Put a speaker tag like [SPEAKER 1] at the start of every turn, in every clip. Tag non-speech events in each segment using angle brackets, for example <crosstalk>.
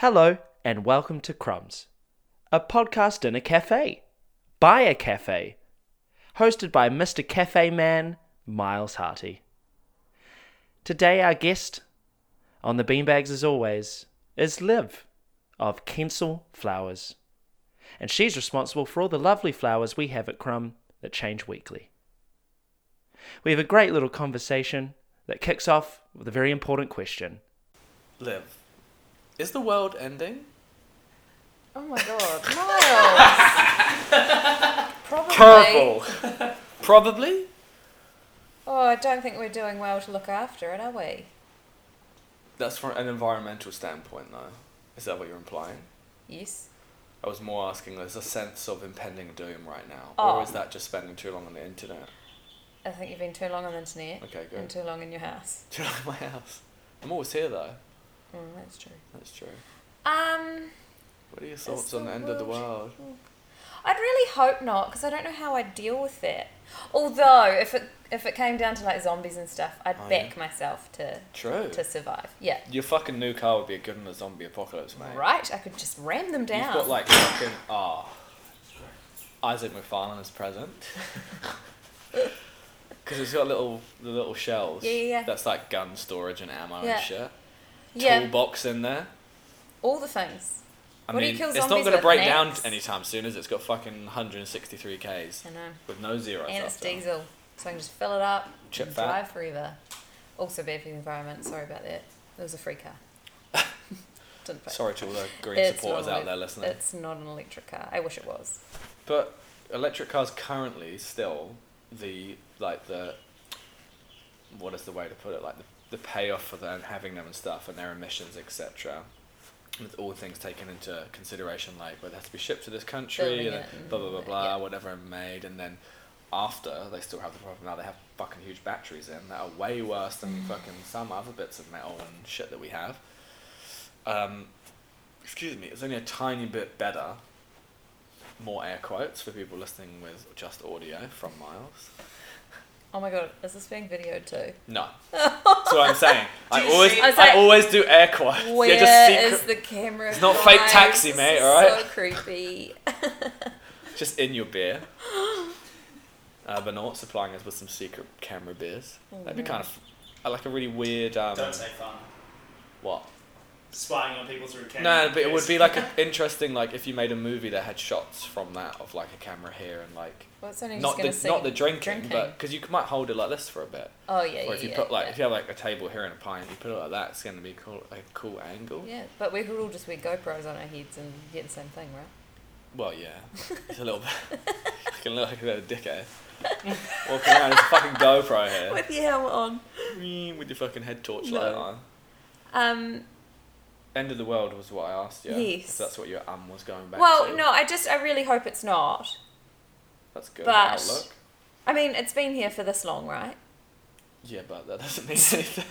[SPEAKER 1] Hello and welcome to Crumbs, a podcast in a cafe, by a cafe, hosted by Mr. Cafe Man Miles Harty. Today, our guest on the beanbags, as always, is Liv of Kensal Flowers, and she's responsible for all the lovely flowers we have at Crumb that change weekly. We have a great little conversation that kicks off with a very important question.
[SPEAKER 2] Liv, is the world ending?
[SPEAKER 3] Oh my god, Miles!
[SPEAKER 2] <laughs>
[SPEAKER 3] Probably. Purple.
[SPEAKER 2] Probably.
[SPEAKER 3] Oh, I don't think we're doing well to look after it, are we?
[SPEAKER 2] That's from an environmental standpoint, though. Is that what you're implying?
[SPEAKER 3] Yes.
[SPEAKER 2] I was more asking, there's a sense of impending doom right now.
[SPEAKER 3] Oh.
[SPEAKER 2] Or is that just spending too long on the internet? <laughs>
[SPEAKER 3] I think you've been too long on the internet
[SPEAKER 2] Okay,
[SPEAKER 3] and
[SPEAKER 2] good.
[SPEAKER 3] too long in your house.
[SPEAKER 2] Do you like my house? I'm always here, though.
[SPEAKER 3] Mm, that's true.
[SPEAKER 2] That's true.
[SPEAKER 3] Um,
[SPEAKER 2] What are your thoughts
[SPEAKER 3] the
[SPEAKER 2] on the end of the world?
[SPEAKER 3] world- I'd really hope not, because I don't know how I'd deal with that. Although, if it if it came down to like zombies and stuff, I'd
[SPEAKER 2] Oh, yeah.
[SPEAKER 3] back myself to
[SPEAKER 2] True.
[SPEAKER 3] to survive. Yeah.
[SPEAKER 2] Your fucking new car would be good in a zombie apocalypse, mate.
[SPEAKER 3] Right, I could just ram them down.
[SPEAKER 2] You've got like fucking ah, Isaac McFarlane is
[SPEAKER 3] <laughs>
[SPEAKER 2] present. Because it's got little the little shells.
[SPEAKER 3] Yeah, yeah, yeah.
[SPEAKER 2] That's like gun storage and ammo
[SPEAKER 3] Yeah.
[SPEAKER 2] and shit.
[SPEAKER 3] yeah,
[SPEAKER 2] Toolbox in there.
[SPEAKER 3] all the things.
[SPEAKER 2] I
[SPEAKER 3] What do you
[SPEAKER 2] mean,
[SPEAKER 3] kill
[SPEAKER 2] it's not
[SPEAKER 3] zombies
[SPEAKER 2] gonna
[SPEAKER 3] with?
[SPEAKER 2] break
[SPEAKER 3] An
[SPEAKER 2] down
[SPEAKER 3] axe?
[SPEAKER 2] anytime soon, as it's got fucking 163 Ks
[SPEAKER 3] I know.
[SPEAKER 2] with no zeros.
[SPEAKER 3] and it's
[SPEAKER 2] after.
[SPEAKER 3] diesel, so I can just fill it up,
[SPEAKER 2] Chip
[SPEAKER 3] and
[SPEAKER 2] fat.
[SPEAKER 3] drive forever. Also bad for the environment. Sorry about that. It was a free car.
[SPEAKER 2] <laughs>
[SPEAKER 3] Didn't pay.
[SPEAKER 2] Sorry to all the green
[SPEAKER 3] It's
[SPEAKER 2] supporters
[SPEAKER 3] not
[SPEAKER 2] out
[SPEAKER 3] elec-
[SPEAKER 2] there listening.
[SPEAKER 3] It's not an electric car. I wish it was.
[SPEAKER 2] But electric cars currently still the like the what is the way to put it like the, the payoff for them having them and stuff and their emissions etc. With all things taken into consideration, like whether it has to be shipped to this country
[SPEAKER 3] Building
[SPEAKER 2] and then
[SPEAKER 3] it and
[SPEAKER 2] blah blah blah
[SPEAKER 3] all that,
[SPEAKER 2] blah,
[SPEAKER 3] yeah.
[SPEAKER 2] whatever and made, and then after they still have the problem now they have fucking huge batteries in that are way worse
[SPEAKER 3] Mm.
[SPEAKER 2] than fucking some other bits of metal and shit that we have. Um, excuse me, it's only a tiny bit better more air quotes for people listening with just audio from Miles.
[SPEAKER 3] Oh my god, is this being videoed too? <laughs>
[SPEAKER 2] No. That's what I'm saying. I always
[SPEAKER 3] see- I
[SPEAKER 2] I,
[SPEAKER 3] was like,
[SPEAKER 2] always do air quotes.
[SPEAKER 3] Where is
[SPEAKER 2] yeah, just secret,
[SPEAKER 3] the camera?
[SPEAKER 2] It's not fake
[SPEAKER 3] guys?
[SPEAKER 2] taxi,
[SPEAKER 3] This
[SPEAKER 2] mate,
[SPEAKER 3] is
[SPEAKER 2] alright?
[SPEAKER 3] So creepy.
[SPEAKER 2] <laughs> just in your
[SPEAKER 3] <gasps>
[SPEAKER 2] beer. Uh, but not supplying us with some secret camera beers. That'd be
[SPEAKER 3] Mm.
[SPEAKER 2] kind of uh, like a really weird um
[SPEAKER 4] Don't say fun.
[SPEAKER 2] what?
[SPEAKER 4] Spying on people through camera.
[SPEAKER 2] No, but it would be
[SPEAKER 4] basically.
[SPEAKER 2] like an
[SPEAKER 4] <laughs>
[SPEAKER 2] interesting like if you made a movie that had shots from that of like a camera here and like
[SPEAKER 3] Well, it's only
[SPEAKER 2] not
[SPEAKER 3] just gonna
[SPEAKER 2] the
[SPEAKER 3] see
[SPEAKER 2] not the drinking,
[SPEAKER 3] drinking.
[SPEAKER 2] but because you might hold it like this for a bit.
[SPEAKER 3] oh yeah, yeah.
[SPEAKER 2] Or if you
[SPEAKER 3] yeah,
[SPEAKER 2] put like
[SPEAKER 3] yeah.
[SPEAKER 2] if you have like a table here and a pint, you put it like that. It's gonna be cool, a cool angle.
[SPEAKER 3] Yeah, but we could all just wear GoPros on our heads and get the same thing, right?
[SPEAKER 2] Well,
[SPEAKER 3] <laughs>
[SPEAKER 2] yeah, it's a little bit. I can look like a little dickhead walking around with a fucking GoPro here
[SPEAKER 3] With your helmet on.
[SPEAKER 2] with your fucking head torch
[SPEAKER 3] No.
[SPEAKER 2] light on.
[SPEAKER 3] Um,
[SPEAKER 2] End of the world was what I asked you.
[SPEAKER 3] Yes.
[SPEAKER 2] So that's what your um was going back
[SPEAKER 3] well,
[SPEAKER 2] to.
[SPEAKER 3] no, I just I really hope it's not.
[SPEAKER 2] That's good
[SPEAKER 3] but-
[SPEAKER 2] outlook.
[SPEAKER 3] I mean, it's been here for this long, right?
[SPEAKER 2] Yeah, but that doesn't mean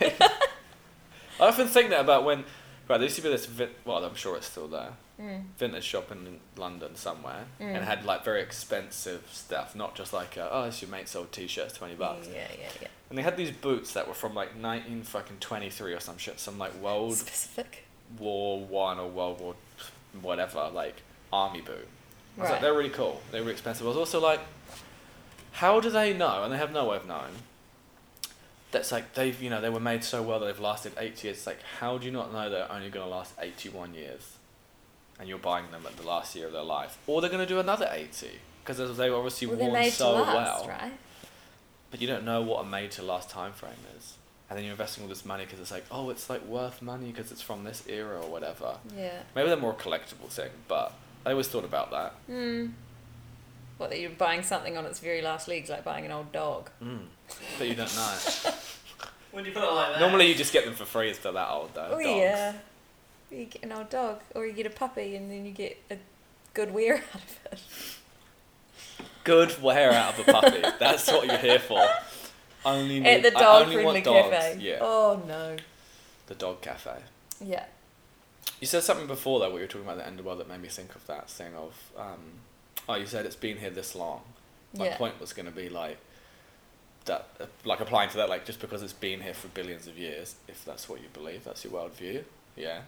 [SPEAKER 3] <laughs>
[SPEAKER 2] anything. I often think that about when. Right, there used to be this. Vin- well, I'm sure it's still there.
[SPEAKER 3] Mm.
[SPEAKER 2] Vintage shop in London somewhere, and it had like very expensive stuff, not just like uh oh, it's your mate sold t-shirts, twenty bucks.
[SPEAKER 3] Yeah, yeah, yeah.
[SPEAKER 2] And they had these boots that were from like nineteen fucking twenty three or some shit, some like World
[SPEAKER 3] Specific.
[SPEAKER 2] War One or World War whatever, like army boot. I was
[SPEAKER 3] Right.
[SPEAKER 2] like, they're really cool. They're really expensive. I was also like, how do they know? And they have no way of knowing. That's like they've you know they were made so well that they've lasted eight years. It's like how do you not know they're only gonna last eighty one years, and you're buying them at the last year of their life, or they're gonna do another eighty because they were obviously
[SPEAKER 3] Well, they're
[SPEAKER 2] worn
[SPEAKER 3] made
[SPEAKER 2] so
[SPEAKER 3] to last,
[SPEAKER 2] well.
[SPEAKER 3] right?
[SPEAKER 2] But you don't know what a made to last time frame is, and then you're investing all this money because it's like oh it's like worth money because it's from this era or whatever.
[SPEAKER 3] Yeah.
[SPEAKER 2] Maybe they're more collectible thing, but I always thought about that.
[SPEAKER 3] Hmm. What, that you're buying something on its very last legs, like buying an old dog?
[SPEAKER 2] Mm. But you don't know.
[SPEAKER 4] When you put it like that.
[SPEAKER 2] Normally you just get them for free if they're that old though.
[SPEAKER 3] oh,
[SPEAKER 2] dogs.
[SPEAKER 3] yeah. You get an old dog, or you get a puppy, and then you get a good wear <laughs> out of it.
[SPEAKER 2] Good wear out of a puppy. That's what you're here
[SPEAKER 3] <laughs>
[SPEAKER 2] for. Only need,
[SPEAKER 3] At the
[SPEAKER 2] I
[SPEAKER 3] dog
[SPEAKER 2] only
[SPEAKER 3] friendly
[SPEAKER 2] want dogs.
[SPEAKER 3] cafe.
[SPEAKER 2] Yeah,
[SPEAKER 3] Oh, no.
[SPEAKER 2] the dog cafe.
[SPEAKER 3] Yeah.
[SPEAKER 2] You said something before though, where you were talking about the end of the world that made me think of that thing of, um, oh, you said it's been here this long. My
[SPEAKER 3] yeah.
[SPEAKER 2] point was going to be like that, like applying to that, like just because it's been here for billions of years, if that's what you believe, that's your worldview. Yeah.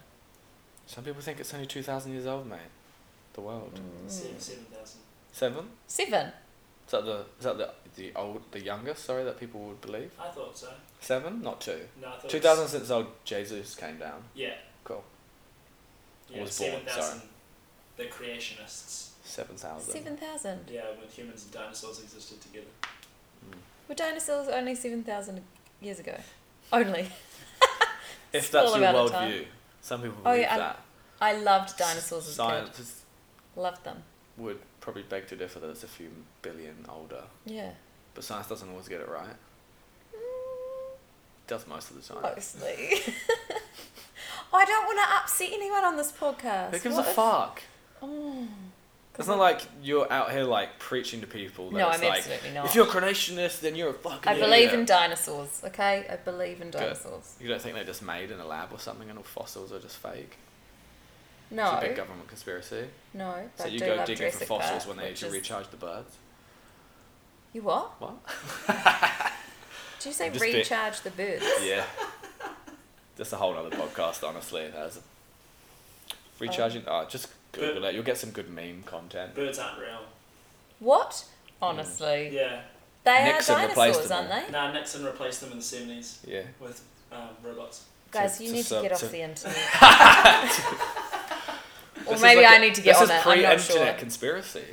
[SPEAKER 2] Some people think it's only 2,000 years old, mate. The world.
[SPEAKER 3] Mm.
[SPEAKER 4] Seven, seven thousand.
[SPEAKER 2] Seven?
[SPEAKER 3] Seven.
[SPEAKER 2] Is that the is that the the old the youngest? Sorry, that people would believe.
[SPEAKER 4] I thought so.
[SPEAKER 2] Seven, not two.
[SPEAKER 4] No, I thought it was-
[SPEAKER 2] Two thousand since old Jesus came down.
[SPEAKER 4] Yeah,
[SPEAKER 2] Cool.
[SPEAKER 4] yeah,
[SPEAKER 2] Was born,
[SPEAKER 4] seven thousand.
[SPEAKER 2] sorry.
[SPEAKER 4] The creationists.
[SPEAKER 2] Seven thousand.
[SPEAKER 3] Seven thousand.
[SPEAKER 4] Yeah, when humans and dinosaurs existed together.
[SPEAKER 2] Mm.
[SPEAKER 3] Were dinosaurs only seven thousand years ago? Only.
[SPEAKER 2] If
[SPEAKER 3] Still
[SPEAKER 2] that's your
[SPEAKER 3] about a time.
[SPEAKER 2] worldview, some people
[SPEAKER 3] Oh,
[SPEAKER 2] believe
[SPEAKER 3] yeah,
[SPEAKER 2] that.
[SPEAKER 3] I loved dinosaurs as a kid.
[SPEAKER 2] Scientists
[SPEAKER 3] Loved them.
[SPEAKER 2] would probably beg to differ that it's a few billion older,
[SPEAKER 3] Yeah.
[SPEAKER 2] but science doesn't always get it right.
[SPEAKER 3] Mm,
[SPEAKER 2] It does most of the time.
[SPEAKER 3] Mostly. <laughs> I don't want to upset anyone on this podcast.
[SPEAKER 2] Who gives
[SPEAKER 3] What
[SPEAKER 2] a
[SPEAKER 3] if-
[SPEAKER 2] fuck?
[SPEAKER 3] Mm.
[SPEAKER 2] It's not like you're out here like preaching to people. That
[SPEAKER 3] No,
[SPEAKER 2] it's
[SPEAKER 3] I'm
[SPEAKER 2] like,
[SPEAKER 3] absolutely not.
[SPEAKER 2] If you're a creationist, then you're a fucking.
[SPEAKER 3] I believe
[SPEAKER 2] idiot."
[SPEAKER 3] in dinosaurs, okay? I believe in
[SPEAKER 2] Good.
[SPEAKER 3] dinosaurs.
[SPEAKER 2] You don't think they're just made in a lab or something, and all fossils are just fake? It's a big
[SPEAKER 3] No,
[SPEAKER 2] government conspiracy.
[SPEAKER 3] no. But
[SPEAKER 2] So
[SPEAKER 3] I
[SPEAKER 2] you
[SPEAKER 3] do
[SPEAKER 2] go
[SPEAKER 3] love
[SPEAKER 2] digging for
[SPEAKER 3] Jurassic
[SPEAKER 2] fossils
[SPEAKER 3] Park,
[SPEAKER 2] when they
[SPEAKER 3] which
[SPEAKER 2] should
[SPEAKER 3] is-
[SPEAKER 2] recharge the birds.
[SPEAKER 3] You what?
[SPEAKER 2] What?
[SPEAKER 3] Did you say
[SPEAKER 2] Just bit-
[SPEAKER 3] recharge the birds?
[SPEAKER 2] <laughs> Yeah. That's a whole other podcast, honestly. That's a... Recharging. Oh,
[SPEAKER 3] Um,
[SPEAKER 2] just Google it. You'll get some good meme content.
[SPEAKER 4] Birds aren't real.
[SPEAKER 3] What? Honestly,
[SPEAKER 4] Yeah.
[SPEAKER 3] they
[SPEAKER 2] Mm. Nixon
[SPEAKER 3] are
[SPEAKER 2] replaced
[SPEAKER 3] dinosaurs,
[SPEAKER 2] them
[SPEAKER 3] aren't
[SPEAKER 2] all.
[SPEAKER 3] they?
[SPEAKER 4] Nah, Nixon replaced them in the seventies
[SPEAKER 2] Yeah.
[SPEAKER 4] with um, robots.
[SPEAKER 3] Guys,
[SPEAKER 2] To-
[SPEAKER 3] you
[SPEAKER 2] to
[SPEAKER 3] need to
[SPEAKER 2] sub-
[SPEAKER 3] get off
[SPEAKER 2] to-
[SPEAKER 3] the internet.
[SPEAKER 2] This
[SPEAKER 3] or
[SPEAKER 2] is
[SPEAKER 3] maybe
[SPEAKER 2] like
[SPEAKER 3] I
[SPEAKER 2] a-
[SPEAKER 3] need to get on
[SPEAKER 2] this
[SPEAKER 3] it.
[SPEAKER 2] is
[SPEAKER 3] I'm not
[SPEAKER 2] pre-internet
[SPEAKER 3] sure.
[SPEAKER 2] conspiracy,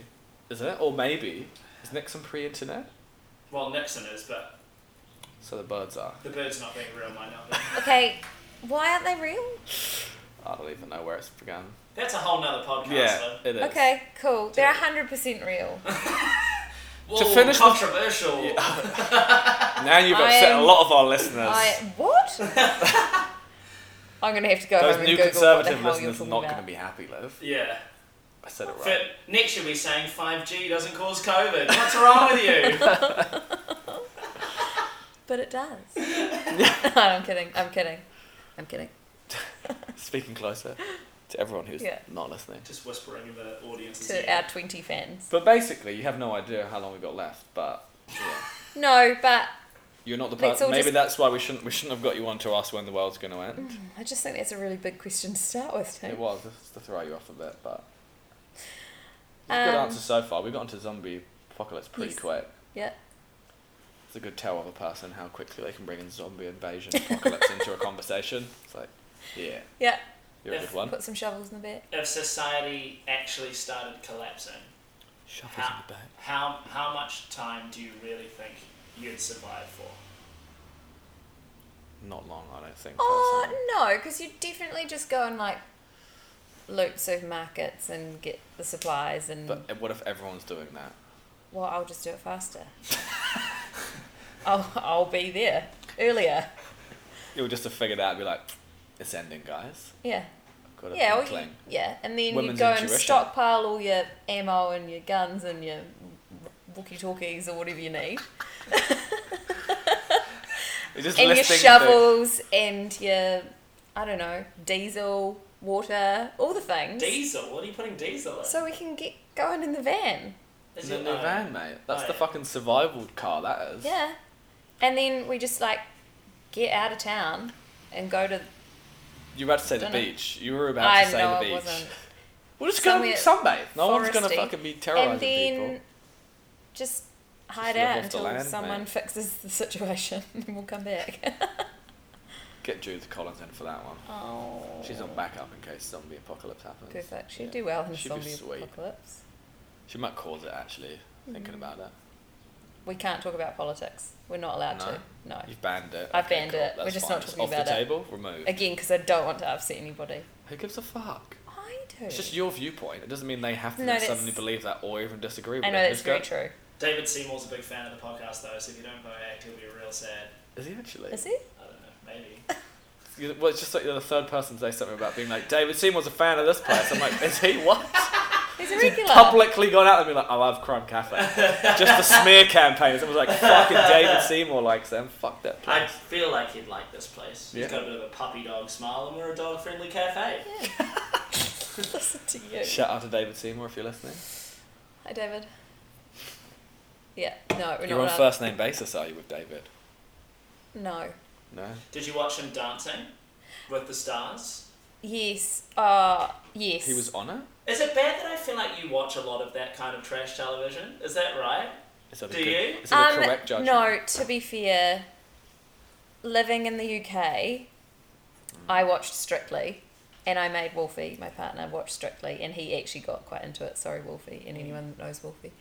[SPEAKER 2] isn't it? Or maybe is Nixon pre-internet?
[SPEAKER 4] Well, Nixon is, but
[SPEAKER 2] So the birds are.
[SPEAKER 4] the birds not being real might not be.
[SPEAKER 3] Okay, why aren't they real?
[SPEAKER 2] I don't even know where it's begun.
[SPEAKER 4] That's a whole nother podcast.
[SPEAKER 2] Yeah,
[SPEAKER 4] Though.
[SPEAKER 2] it is.
[SPEAKER 3] Okay, cool. They're hundred percent real.
[SPEAKER 4] Whoa,
[SPEAKER 2] finish the-
[SPEAKER 4] controversial.
[SPEAKER 2] Now you've
[SPEAKER 3] I
[SPEAKER 2] upset
[SPEAKER 3] am-
[SPEAKER 2] a lot of our listeners.
[SPEAKER 3] I what?
[SPEAKER 2] <laughs>
[SPEAKER 3] I'm gonna have to go
[SPEAKER 2] Those
[SPEAKER 3] home
[SPEAKER 2] new
[SPEAKER 3] and Google what the
[SPEAKER 2] conservative
[SPEAKER 3] hell you're
[SPEAKER 2] listeners are
[SPEAKER 3] talking
[SPEAKER 2] not going to
[SPEAKER 3] about.
[SPEAKER 2] be happy, Liv.
[SPEAKER 4] Yeah.
[SPEAKER 2] I said it
[SPEAKER 4] Fit
[SPEAKER 2] right.
[SPEAKER 4] Next you'll be saying 5G doesn't cause COVID. What's wrong with you?
[SPEAKER 3] But it does.
[SPEAKER 2] <laughs>
[SPEAKER 3] no, <laughs> I'm kidding. I'm kidding. I'm kidding.
[SPEAKER 2] Speaking closer to everyone who's
[SPEAKER 3] Yeah.
[SPEAKER 2] not listening.
[SPEAKER 4] Just whispering in the audience.
[SPEAKER 3] To our twenty fans.
[SPEAKER 2] But basically, you have no idea how long we got left. But yeah.
[SPEAKER 3] No, but
[SPEAKER 2] you're not the
[SPEAKER 3] Let's
[SPEAKER 2] person.
[SPEAKER 3] all
[SPEAKER 2] Maybe
[SPEAKER 3] just- Mm-hmm.
[SPEAKER 2] that's why we shouldn't we shouldn't have got you on to ask when the world's going to end.
[SPEAKER 3] I just think that's a really big question to start with,
[SPEAKER 2] It
[SPEAKER 3] too.
[SPEAKER 2] was just to throw you off a bit, but it's a good
[SPEAKER 3] Um,
[SPEAKER 2] answer so far. We got into zombie apocalypse pretty
[SPEAKER 3] Yes.
[SPEAKER 2] quick.
[SPEAKER 3] Yeah.
[SPEAKER 2] It's a good tell of a person how quickly they can bring in zombie invasion
[SPEAKER 3] <laughs>
[SPEAKER 2] apocalypse into a conversation. It's like, yeah,
[SPEAKER 3] Yeah.
[SPEAKER 2] you're a
[SPEAKER 4] Yeah.
[SPEAKER 2] good one.
[SPEAKER 3] Put some shovels in the back.
[SPEAKER 4] If society actually started collapsing,
[SPEAKER 2] Shovels
[SPEAKER 4] how,
[SPEAKER 2] in the back.
[SPEAKER 4] how, how much time do you really think you'd survive for?
[SPEAKER 2] Not long, I don't think.
[SPEAKER 3] Oh
[SPEAKER 2] personally.
[SPEAKER 3] no, because you definitely just go and like loot supermarkets and get the supplies and
[SPEAKER 2] But uh, what if everyone's doing that?
[SPEAKER 3] well, I'll just do it faster. <laughs> I'll I'll be there earlier.
[SPEAKER 2] You'll just have figured out, and be like, it's ending, guys.
[SPEAKER 3] Yeah.
[SPEAKER 2] I've got a
[SPEAKER 3] Yeah, well, <laughs> you,
[SPEAKER 2] inkling.
[SPEAKER 3] yeah, and then
[SPEAKER 2] Women's
[SPEAKER 3] you go and
[SPEAKER 2] intuition.
[SPEAKER 3] stockpile all your ammo and your guns and your walkie talkies or whatever you need,
[SPEAKER 2] You're just
[SPEAKER 3] and your
[SPEAKER 2] listing the-
[SPEAKER 3] shovels and your I don't know diesel, water, all the things,
[SPEAKER 4] Diesel? What are you putting diesel in?
[SPEAKER 3] so we can get going in the van.
[SPEAKER 4] Is
[SPEAKER 2] the
[SPEAKER 4] it-
[SPEAKER 2] new
[SPEAKER 4] oh,
[SPEAKER 2] van, mate. That's
[SPEAKER 4] Oh,
[SPEAKER 2] the
[SPEAKER 4] yeah.
[SPEAKER 2] fucking survival car. That is.
[SPEAKER 3] Yeah. And then we just like get out of town and go to
[SPEAKER 2] You were about to say the
[SPEAKER 3] Dunno.
[SPEAKER 2] beach. You were about
[SPEAKER 3] I
[SPEAKER 2] to say
[SPEAKER 3] know I
[SPEAKER 2] the beach.
[SPEAKER 3] wasn't.
[SPEAKER 2] We're just going to
[SPEAKER 3] Somewhere
[SPEAKER 2] sunbathe. No one's going to
[SPEAKER 3] foresty.
[SPEAKER 2] fucking be
[SPEAKER 3] and
[SPEAKER 2] terrorizing
[SPEAKER 3] then
[SPEAKER 2] people.
[SPEAKER 3] just
[SPEAKER 2] live
[SPEAKER 3] hide out
[SPEAKER 2] off the
[SPEAKER 3] until
[SPEAKER 2] land,
[SPEAKER 3] someone
[SPEAKER 2] mate.
[SPEAKER 3] fixes the <laughs> situation and we'll come back.
[SPEAKER 2] Get Judith Collins in for that one.
[SPEAKER 3] oh.
[SPEAKER 2] She's on backup in case zombie apocalypse happens.
[SPEAKER 3] Perfect. She'd
[SPEAKER 2] Yeah.
[SPEAKER 3] do well in the
[SPEAKER 2] She'd be
[SPEAKER 3] zombie
[SPEAKER 2] sweet.
[SPEAKER 3] apocalypse.
[SPEAKER 2] She might cause it actually.
[SPEAKER 3] Mm-hmm.
[SPEAKER 2] Thinking about it.
[SPEAKER 3] We can't talk about politics. We're not allowed
[SPEAKER 2] No.
[SPEAKER 3] to. No.
[SPEAKER 2] You've banned it.
[SPEAKER 3] I've banned it. We're
[SPEAKER 2] That's
[SPEAKER 3] just
[SPEAKER 2] fine.
[SPEAKER 3] not talking
[SPEAKER 2] off
[SPEAKER 3] about
[SPEAKER 2] the
[SPEAKER 3] it.
[SPEAKER 2] table. Remove.
[SPEAKER 3] Again, because I don't want to upset anybody.
[SPEAKER 2] Who gives a fuck?
[SPEAKER 3] I do.
[SPEAKER 2] It's just your viewpoint. It doesn't mean they have to
[SPEAKER 3] No, that's-
[SPEAKER 2] suddenly believe that or even disagree with
[SPEAKER 3] I know
[SPEAKER 2] it.
[SPEAKER 3] that's
[SPEAKER 2] Just
[SPEAKER 3] very
[SPEAKER 2] go-
[SPEAKER 3] true.
[SPEAKER 4] David Seymour's a big fan of the podcast, though, so if you don't vote act, he'll be real sad.
[SPEAKER 2] Is he actually?
[SPEAKER 3] Is it?
[SPEAKER 4] I don't know, maybe.
[SPEAKER 2] You- Well, it's just like you're the third person to say something about being like, David Seymour's a fan of this place. I'm like, is he
[SPEAKER 3] <laughs>
[SPEAKER 2] what?
[SPEAKER 3] He's a regular.
[SPEAKER 2] publicly gone out and been like, I love Crime Cafe. Just the smear campaign. It was like, fucking David Seymour likes them. Fuck that
[SPEAKER 4] I
[SPEAKER 2] place.
[SPEAKER 4] feel like he'd like this place.
[SPEAKER 2] Yeah.
[SPEAKER 4] He's got a bit of a puppy dog smile, and we're a dog friendly cafe.
[SPEAKER 3] <laughs> Yeah. Listen to you.
[SPEAKER 2] Shout out to David Seymour if you're listening.
[SPEAKER 3] Hi, David. Yeah, no,
[SPEAKER 2] you're
[SPEAKER 3] we're
[SPEAKER 2] on
[SPEAKER 3] not. allowed-
[SPEAKER 2] first name basis, are you, with David?
[SPEAKER 3] No.
[SPEAKER 2] No.
[SPEAKER 4] Did you watch him dancing with the stars?
[SPEAKER 3] Yes. Uh, yes.
[SPEAKER 2] He was on it.
[SPEAKER 4] Is it bad that I feel like you watch a lot of that kind of trash television? Is that right?
[SPEAKER 2] Is that a
[SPEAKER 4] Do
[SPEAKER 2] good,
[SPEAKER 4] you?
[SPEAKER 2] Is that a correct judgment?
[SPEAKER 3] Um, No, to be fair, living in the UK, I watched Strictly, and I made Wolfie, my partner, watch Strictly, and he actually got quite into it. Sorry, Wolfie, and anyone that knows Wolfie.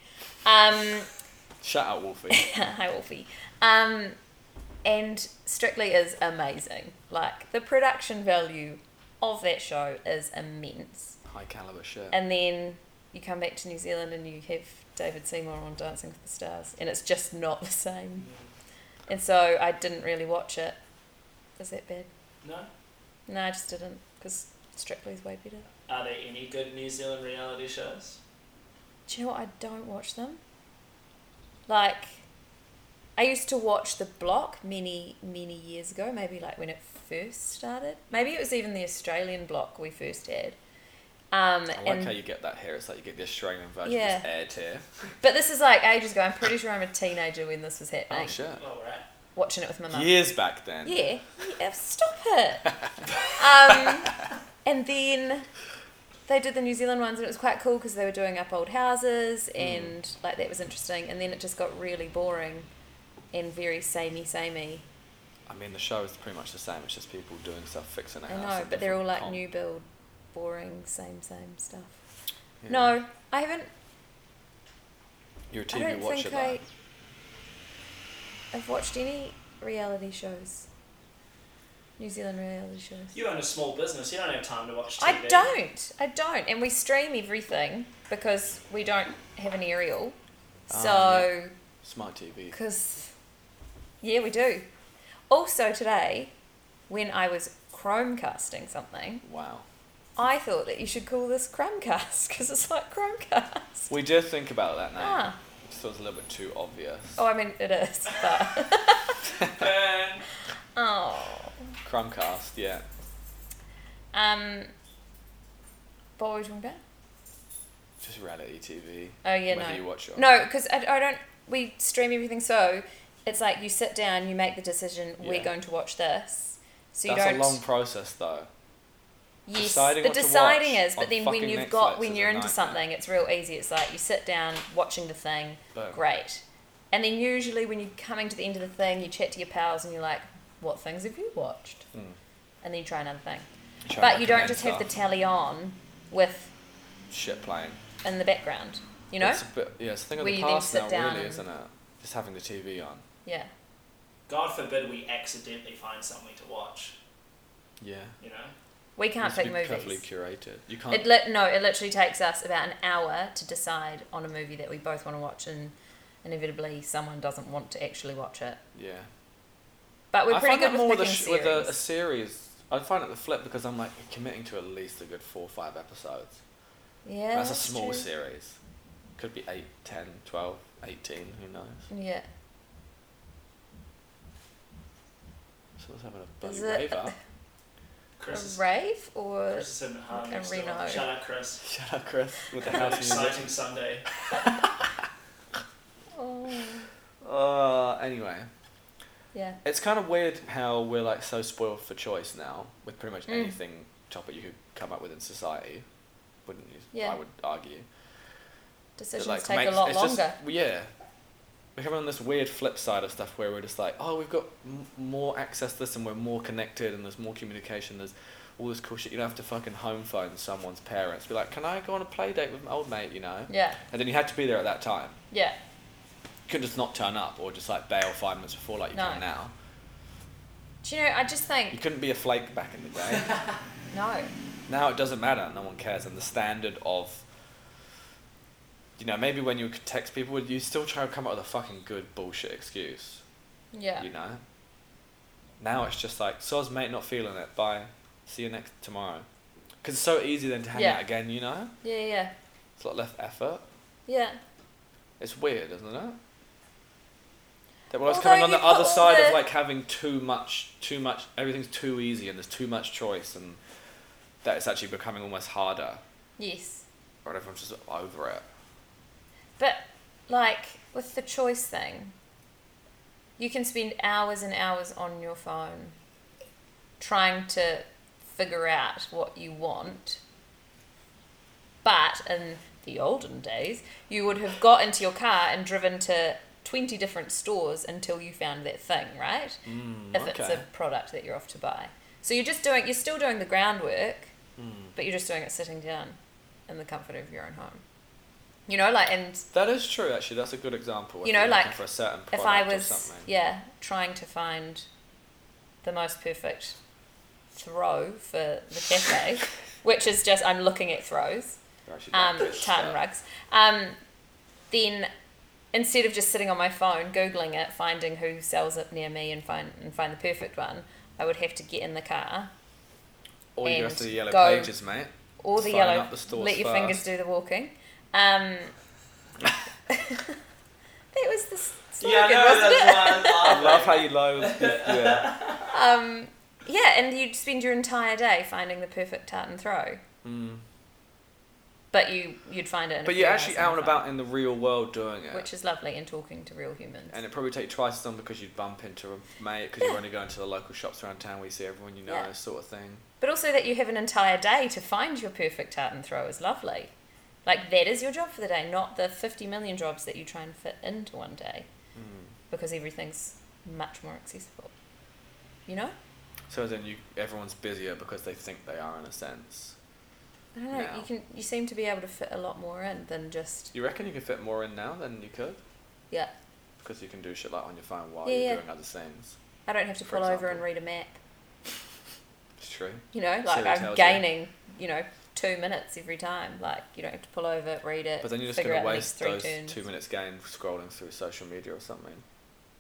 [SPEAKER 3] Um, <laughs>
[SPEAKER 2] Shout out Wolfie.
[SPEAKER 3] hi, Wolfie. Um, and Strictly is amazing. Like, the production value of that show is immense.
[SPEAKER 2] High caliber shit.
[SPEAKER 3] And then you come back to New Zealand and you have David Seymour on Dancing with the Stars, and it's just not the
[SPEAKER 4] Mm.
[SPEAKER 3] same. And so I didn't really watch it. Is that bad?
[SPEAKER 4] No.
[SPEAKER 3] No, I just didn't, because Strictly's way better.
[SPEAKER 4] Are there any good New Zealand reality shows?
[SPEAKER 3] Do you know what? I don't watch them. Like, I used to watch The Block many, many years ago, maybe like when it first started. Maybe it was even the Australian Block we first had. Um,
[SPEAKER 2] I like
[SPEAKER 3] and,
[SPEAKER 2] how you get that here. It's like you get the Australian version
[SPEAKER 3] Yeah.
[SPEAKER 2] of this air tier.
[SPEAKER 3] but this is like ages ago. I'm pretty sure I'm a teenager when this was happening.
[SPEAKER 2] Oh shit.
[SPEAKER 4] All right.
[SPEAKER 3] Watching it with my mum.
[SPEAKER 2] Years back then.
[SPEAKER 3] Yeah, yeah, stop it. um, and then they did the New Zealand ones, and it was quite cool because they were doing up old houses, and like that was interesting. And then it just got really boring and very samey, samey.
[SPEAKER 2] I mean, the show is pretty much the same. It's just people doing stuff, fixing it.
[SPEAKER 3] I know, but they're all like new build, boring, same, same stuff.
[SPEAKER 2] Yeah.
[SPEAKER 3] No, I haven't.
[SPEAKER 2] You're a
[SPEAKER 3] I
[SPEAKER 2] TV
[SPEAKER 3] don't
[SPEAKER 2] watcher.
[SPEAKER 3] think I.
[SPEAKER 2] though.
[SPEAKER 3] I've watched any reality shows. New Zealand reality shows.
[SPEAKER 4] You own a small business. You don't have time to watch TV.
[SPEAKER 3] I don't. I don't. And we stream everything because we don't have an aerial.
[SPEAKER 2] Ah,
[SPEAKER 3] So,
[SPEAKER 2] Smart TV.
[SPEAKER 3] because, yeah, we do. Also, today, when I was Chromecasting something,
[SPEAKER 2] Wow.
[SPEAKER 3] I thought that you should call this Chromecast because it's like Chromecast.
[SPEAKER 2] We did think about that now.
[SPEAKER 3] <laughs> Ah.
[SPEAKER 2] Just thought it was a little bit too obvious.
[SPEAKER 3] Oh, I mean, it is, but. <laughs>
[SPEAKER 4] Burn.
[SPEAKER 3] oh.
[SPEAKER 2] <laughs> Chromecast, yeah.
[SPEAKER 3] Um, what were we talking about?
[SPEAKER 2] Just reality TV.
[SPEAKER 3] Oh, yeah,
[SPEAKER 2] Whether
[SPEAKER 3] no.
[SPEAKER 2] you watch it or
[SPEAKER 3] No, because I, I don't. We stream everything, so it's like you sit down, you make the decision. We're
[SPEAKER 2] Yeah.
[SPEAKER 3] going to watch this, so you
[SPEAKER 2] That's
[SPEAKER 3] don't.
[SPEAKER 2] a long process, though.
[SPEAKER 3] yes,
[SPEAKER 2] deciding
[SPEAKER 3] the
[SPEAKER 2] what to
[SPEAKER 3] deciding
[SPEAKER 2] watch
[SPEAKER 3] is, but
[SPEAKER 2] on
[SPEAKER 3] then when
[SPEAKER 2] fucking
[SPEAKER 3] you've got
[SPEAKER 2] Netflix
[SPEAKER 3] when
[SPEAKER 2] is
[SPEAKER 3] you're
[SPEAKER 2] a
[SPEAKER 3] into
[SPEAKER 2] nightmare.
[SPEAKER 3] something, it's real easy. It's like you sit down watching the thing.
[SPEAKER 2] Boom.
[SPEAKER 3] Great, and then usually when you're coming to the end of the thing, you chat to your pals and you're like, "What things have you watched?"
[SPEAKER 2] Mm.
[SPEAKER 3] And then you try another thing,
[SPEAKER 2] Try
[SPEAKER 3] but you don't
[SPEAKER 2] recommend
[SPEAKER 3] just have the
[SPEAKER 2] stuff.
[SPEAKER 3] tally on with
[SPEAKER 2] shit playing.
[SPEAKER 3] in the background. You know?
[SPEAKER 2] It's a bit, yeah, it's a thing of
[SPEAKER 3] Where
[SPEAKER 2] the
[SPEAKER 3] you then
[SPEAKER 2] past
[SPEAKER 3] sit
[SPEAKER 2] now,
[SPEAKER 3] down
[SPEAKER 2] really,
[SPEAKER 3] and-
[SPEAKER 2] isn't it? Just having the TV on.
[SPEAKER 3] Yeah.
[SPEAKER 4] God forbid we accidentally find something to watch.
[SPEAKER 2] Yeah.
[SPEAKER 4] You know.
[SPEAKER 3] We can't
[SPEAKER 2] It
[SPEAKER 3] pick
[SPEAKER 2] needs to be
[SPEAKER 3] movies.
[SPEAKER 2] Carefully curated. You can't.
[SPEAKER 3] It lit no, it literally takes us about an hour to decide on a movie that we both want to watch, and inevitably someone doesn't want to actually watch it.
[SPEAKER 2] yeah.
[SPEAKER 3] But we're
[SPEAKER 2] I
[SPEAKER 3] pretty
[SPEAKER 2] find that
[SPEAKER 3] good with
[SPEAKER 2] more
[SPEAKER 3] picking
[SPEAKER 2] with, a, sh-
[SPEAKER 3] series.
[SPEAKER 2] with a, a series. I find it the flip because I'm like committing to at least a good four or five episodes.
[SPEAKER 3] yeah,
[SPEAKER 2] that's, a small
[SPEAKER 3] true.
[SPEAKER 2] series. Could be 8, 10, 12, 18, who knows?
[SPEAKER 3] Yeah,
[SPEAKER 2] So let's have a bloody
[SPEAKER 3] Is it-
[SPEAKER 2] rave
[SPEAKER 3] <laughs>
[SPEAKER 2] up.
[SPEAKER 4] Chris is
[SPEAKER 3] a rave or
[SPEAKER 4] Chris is in
[SPEAKER 3] a
[SPEAKER 4] Harlem next door.
[SPEAKER 3] Reno.
[SPEAKER 4] Shout out Chris.
[SPEAKER 2] Shut up, Chris.
[SPEAKER 4] <laughs>
[SPEAKER 2] With <laughs> the
[SPEAKER 4] Have an
[SPEAKER 2] house music.
[SPEAKER 4] exciting Sunday.
[SPEAKER 3] oh,
[SPEAKER 2] Uh, anyway,
[SPEAKER 3] yeah,
[SPEAKER 2] it's kind of weird how we're like so spoiled for choice now with pretty much
[SPEAKER 3] Mm.
[SPEAKER 2] anything topic you could come up with in society, wouldn't you?
[SPEAKER 3] Yeah.
[SPEAKER 2] I would argue.
[SPEAKER 3] decisions
[SPEAKER 2] like,
[SPEAKER 3] take
[SPEAKER 2] makes-
[SPEAKER 3] a lot
[SPEAKER 2] it's just-
[SPEAKER 3] longer.
[SPEAKER 2] yeah. We're coming on this weird flip side of stuff where we're just like, oh, we've got m- more access to this and we're more connected and there's more communication. There's all this cool shit. You don't have to fucking home phone someone's parents. Be like, can I go on a play date with my old mate, you know?
[SPEAKER 3] Yeah,
[SPEAKER 2] And then you had to be there at that time.
[SPEAKER 3] yeah,
[SPEAKER 2] You couldn't just not turn up or just like bail five minutes before like you
[SPEAKER 3] No.
[SPEAKER 2] can now.
[SPEAKER 3] do you know? I just
[SPEAKER 2] You
[SPEAKER 3] think
[SPEAKER 2] couldn't be a flake back in the
[SPEAKER 3] <laughs>
[SPEAKER 2] day.
[SPEAKER 3] no.
[SPEAKER 2] now it doesn't matter. No one cares. And the standard of, you know, maybe when you could text people, you still try to come up with a fucking good bullshit excuse.
[SPEAKER 3] Yeah,
[SPEAKER 2] You know. Now it's just like soz mate, not feeling it. Bye. See you next tomorrow. Because it's so easy then to hang
[SPEAKER 3] Yeah.
[SPEAKER 2] out again. You know,
[SPEAKER 3] yeah, yeah,
[SPEAKER 2] it's a lot less effort.
[SPEAKER 3] yeah.
[SPEAKER 2] It's weird, isn't it? That was
[SPEAKER 3] Although
[SPEAKER 2] coming on
[SPEAKER 3] you
[SPEAKER 2] the other
[SPEAKER 3] put all
[SPEAKER 2] side
[SPEAKER 3] the-
[SPEAKER 2] of like having too much, too much. Everything's too easy, and there's too much choice, and that it's actually becoming almost harder.
[SPEAKER 3] Yes.
[SPEAKER 2] Or everyone's just over it.
[SPEAKER 3] But like with the choice thing, you can spend hours and hours on your phone trying to figure out what you want. But in the olden days, you would have got into your car and driven to 20 different stores until you found that thing, right? if it's
[SPEAKER 2] okay.
[SPEAKER 3] a product that you're off to buy. So you're just doing, you're still doing the groundwork, but you're just doing it sitting down in the comfort of your own home. You know, like, and
[SPEAKER 2] That is true, actually. That's a good example. if
[SPEAKER 3] You know,
[SPEAKER 2] you're looking
[SPEAKER 3] like,
[SPEAKER 2] for a certain
[SPEAKER 3] if I
[SPEAKER 2] product or
[SPEAKER 3] was,
[SPEAKER 2] something.
[SPEAKER 3] yeah, trying to find the most perfect throw for the
[SPEAKER 2] <laughs>
[SPEAKER 3] cafe, which is just, I'm looking at throws.
[SPEAKER 2] You're actually
[SPEAKER 3] um,
[SPEAKER 2] doing a good
[SPEAKER 3] tartan
[SPEAKER 2] start.
[SPEAKER 3] rugs. Um, then instead of just sitting on my phone googling it, finding who sells it near me, and find and find the perfect one, I would have to get in the car
[SPEAKER 2] Or you go
[SPEAKER 3] and
[SPEAKER 2] to the yellow
[SPEAKER 3] go-
[SPEAKER 2] pages, mate.
[SPEAKER 3] or the
[SPEAKER 2] Phone
[SPEAKER 3] yellow.
[SPEAKER 2] up the stores
[SPEAKER 3] let your
[SPEAKER 2] first.
[SPEAKER 3] fingers do the walking.
[SPEAKER 2] <laughs>
[SPEAKER 3] Um, <laughs> that was the s- slogan,
[SPEAKER 4] Yeah, I know
[SPEAKER 3] wasn't it?
[SPEAKER 4] that's why
[SPEAKER 2] I
[SPEAKER 4] I'm
[SPEAKER 2] love
[SPEAKER 4] laughing.
[SPEAKER 2] how you load. Yeah.
[SPEAKER 3] Um, yeah, and you'd spend your entire day finding the perfect tartan throw.
[SPEAKER 2] Mm. But
[SPEAKER 3] But you you'd find it. In a
[SPEAKER 2] you're
[SPEAKER 3] few
[SPEAKER 2] actually out
[SPEAKER 3] hours on
[SPEAKER 2] and
[SPEAKER 3] the phone,
[SPEAKER 2] about in the real world doing it.
[SPEAKER 3] which is lovely, and talking to real humans.
[SPEAKER 2] and it probably take twice as long because you'd bump into a mate because
[SPEAKER 3] Yeah.
[SPEAKER 2] you're only going to the local shops around town where you see everyone you know,
[SPEAKER 3] Yeah.
[SPEAKER 2] sort of thing.
[SPEAKER 3] But also that you have an entire day to find your perfect tartan throw is lovely. Like that is your job for the day, not the 50 million jobs that you try and fit into one day
[SPEAKER 2] Mm.
[SPEAKER 3] because everything's much more accessible. You know?
[SPEAKER 2] So then you, everyone's busier because they think they are in a sense.
[SPEAKER 3] I don't know.
[SPEAKER 2] No.
[SPEAKER 3] You can you seem to be able to fit a lot more in than just
[SPEAKER 2] You reckon you can fit more in now than you could
[SPEAKER 3] yeah.
[SPEAKER 2] because you can do shit like on your phone while
[SPEAKER 3] Yeah,
[SPEAKER 2] you're
[SPEAKER 3] yeah.
[SPEAKER 2] doing other things.
[SPEAKER 3] I don't have to
[SPEAKER 2] For
[SPEAKER 3] pull over and
[SPEAKER 2] example.
[SPEAKER 3] read a map.
[SPEAKER 2] It's true.
[SPEAKER 3] You know,
[SPEAKER 2] So
[SPEAKER 3] like
[SPEAKER 2] it
[SPEAKER 3] I'm
[SPEAKER 2] tells you.
[SPEAKER 3] gaining, you. know, two minutes every time. Like you don't have to pull over, read it,
[SPEAKER 2] But then you're just
[SPEAKER 3] figure
[SPEAKER 2] going
[SPEAKER 3] out
[SPEAKER 2] to
[SPEAKER 3] the
[SPEAKER 2] waste
[SPEAKER 3] next
[SPEAKER 2] those
[SPEAKER 3] three turns.
[SPEAKER 2] two minutes gained scrolling through social media or something.